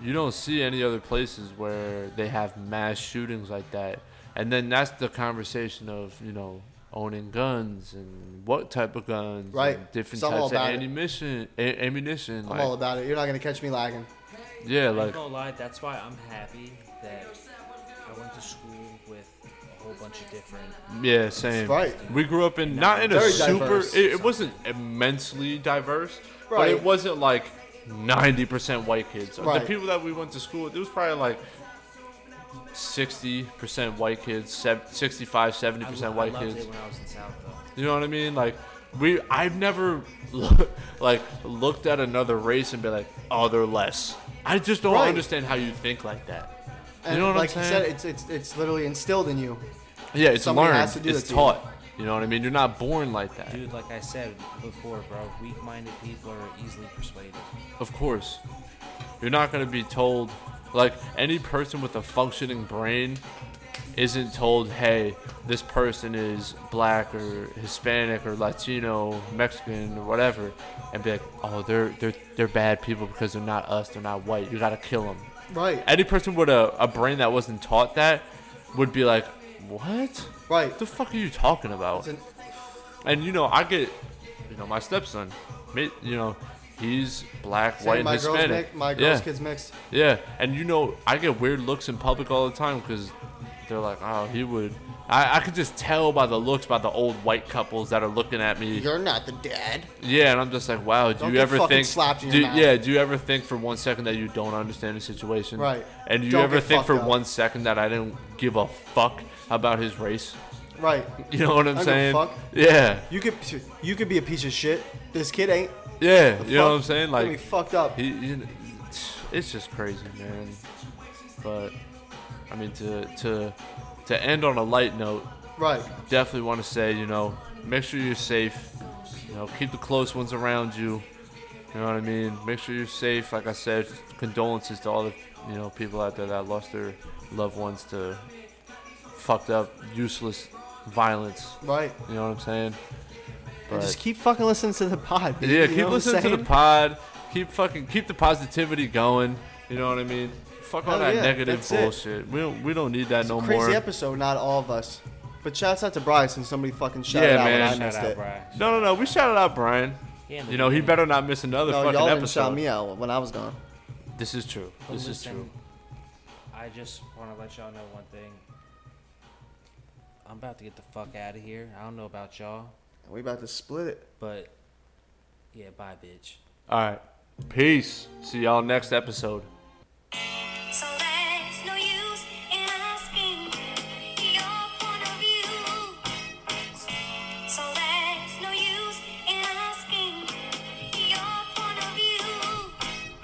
you don't see any other places where they have mass shootings like that. And then that's the conversation of, you know, owning guns and what type of guns, Right. and different So I'm all types of about it. ammunition, a- ammunition. I'm like- all about it. You're not gonna catch me lagging. I yeah, like ain't gonna lie, that's why I'm happy that I went to school with a whole bunch of different. Yeah, same. Right. We grew up in not in a Very super. diverse. It, it wasn't immensely diverse, but it Right. wasn't like ninety percent white kids. The Right. people that we went to school with, it was probably like sixty percent white kids, 65, 70 I, percent lo- white I loved kids. it when I was in South, though. You know what I mean? Like we, I've never look, like looked at another race and be like, oh, they're less. I just don't Right. understand how you think like that. And you know what like I'm you saying? said, it's it's it's literally instilled in you. yeah, it's somebody learned. has to do it's that to you. taught. You. know what I mean? You're not born like that. Dude, like I said before, bro, weak minded people are easily persuaded. Of course. You're not going to be told, like, any person with a functioning brain isn't told, hey, this person is black or Hispanic or Latino, Mexican or whatever, and be like, oh, they're, they're, they're bad people because they're not us, they're not white. You got to kill them. Right. Any person with a, a brain that wasn't taught that would be like, what? Right. What the fuck are you talking about? It's an- And you know, I get, you know, my stepson, ma- you know, he's black, Saying white, and my Hispanic. girls mix, my yeah, girls kids mixed. yeah. And you know, I get weird looks in public all the time because they're like, oh, he would. I, I could just tell by the looks by the old white couples that are looking at me. You're not the dad. yeah, and I'm just like, wow. Do Don't you get ever fucking think? slapped in your do, mouth. Yeah. Do you ever think for one second that you don't understand the situation? Right. And do you Don't ever get think fucked for up. one second that I didn't give a fuck about his race? Right. You know what I I'm don't give a saying? fuck. Yeah. You could you could be a piece of shit. This kid ain't. Yeah. You know Fuck. what I'm saying? Gonna Like. be fucked up. He, you kn- it's just crazy, man. But I mean, to to to end on a light note, Right. definitely want to say, you know, make sure you're safe. You know, keep the close ones around you. You know what I mean? Make sure you're safe. Like I said, condolences to all the you know people out there that lost their loved ones to fucked up, useless violence. Right. You know what I'm saying? And But- just keep fucking listening to the pod. baby, yeah, you know keep what I'm listening to the saying? pod. Keep fucking keep the positivity going. You know what I mean? Fuck all Hell that yeah, negative that's it. bullshit. We don't we don't need that no Crazy more. episode, not all of us. But shouts out to Bryce and somebody fucking shouted Yeah, out man. when I Shout missed out, it. Brian. no, no, no. We shouted out Brian. Yeah, in the You know he beginning. better not miss another No, fucking y'all didn't shout episode. me out when I was gone. This is true. But This is listen, true. I just want to let y'all know one thing. I'm about to get the fuck out of here. I don't know about y'all, We about to split it. But yeah, bye, bitch. All right. Peace. See y'all next episode.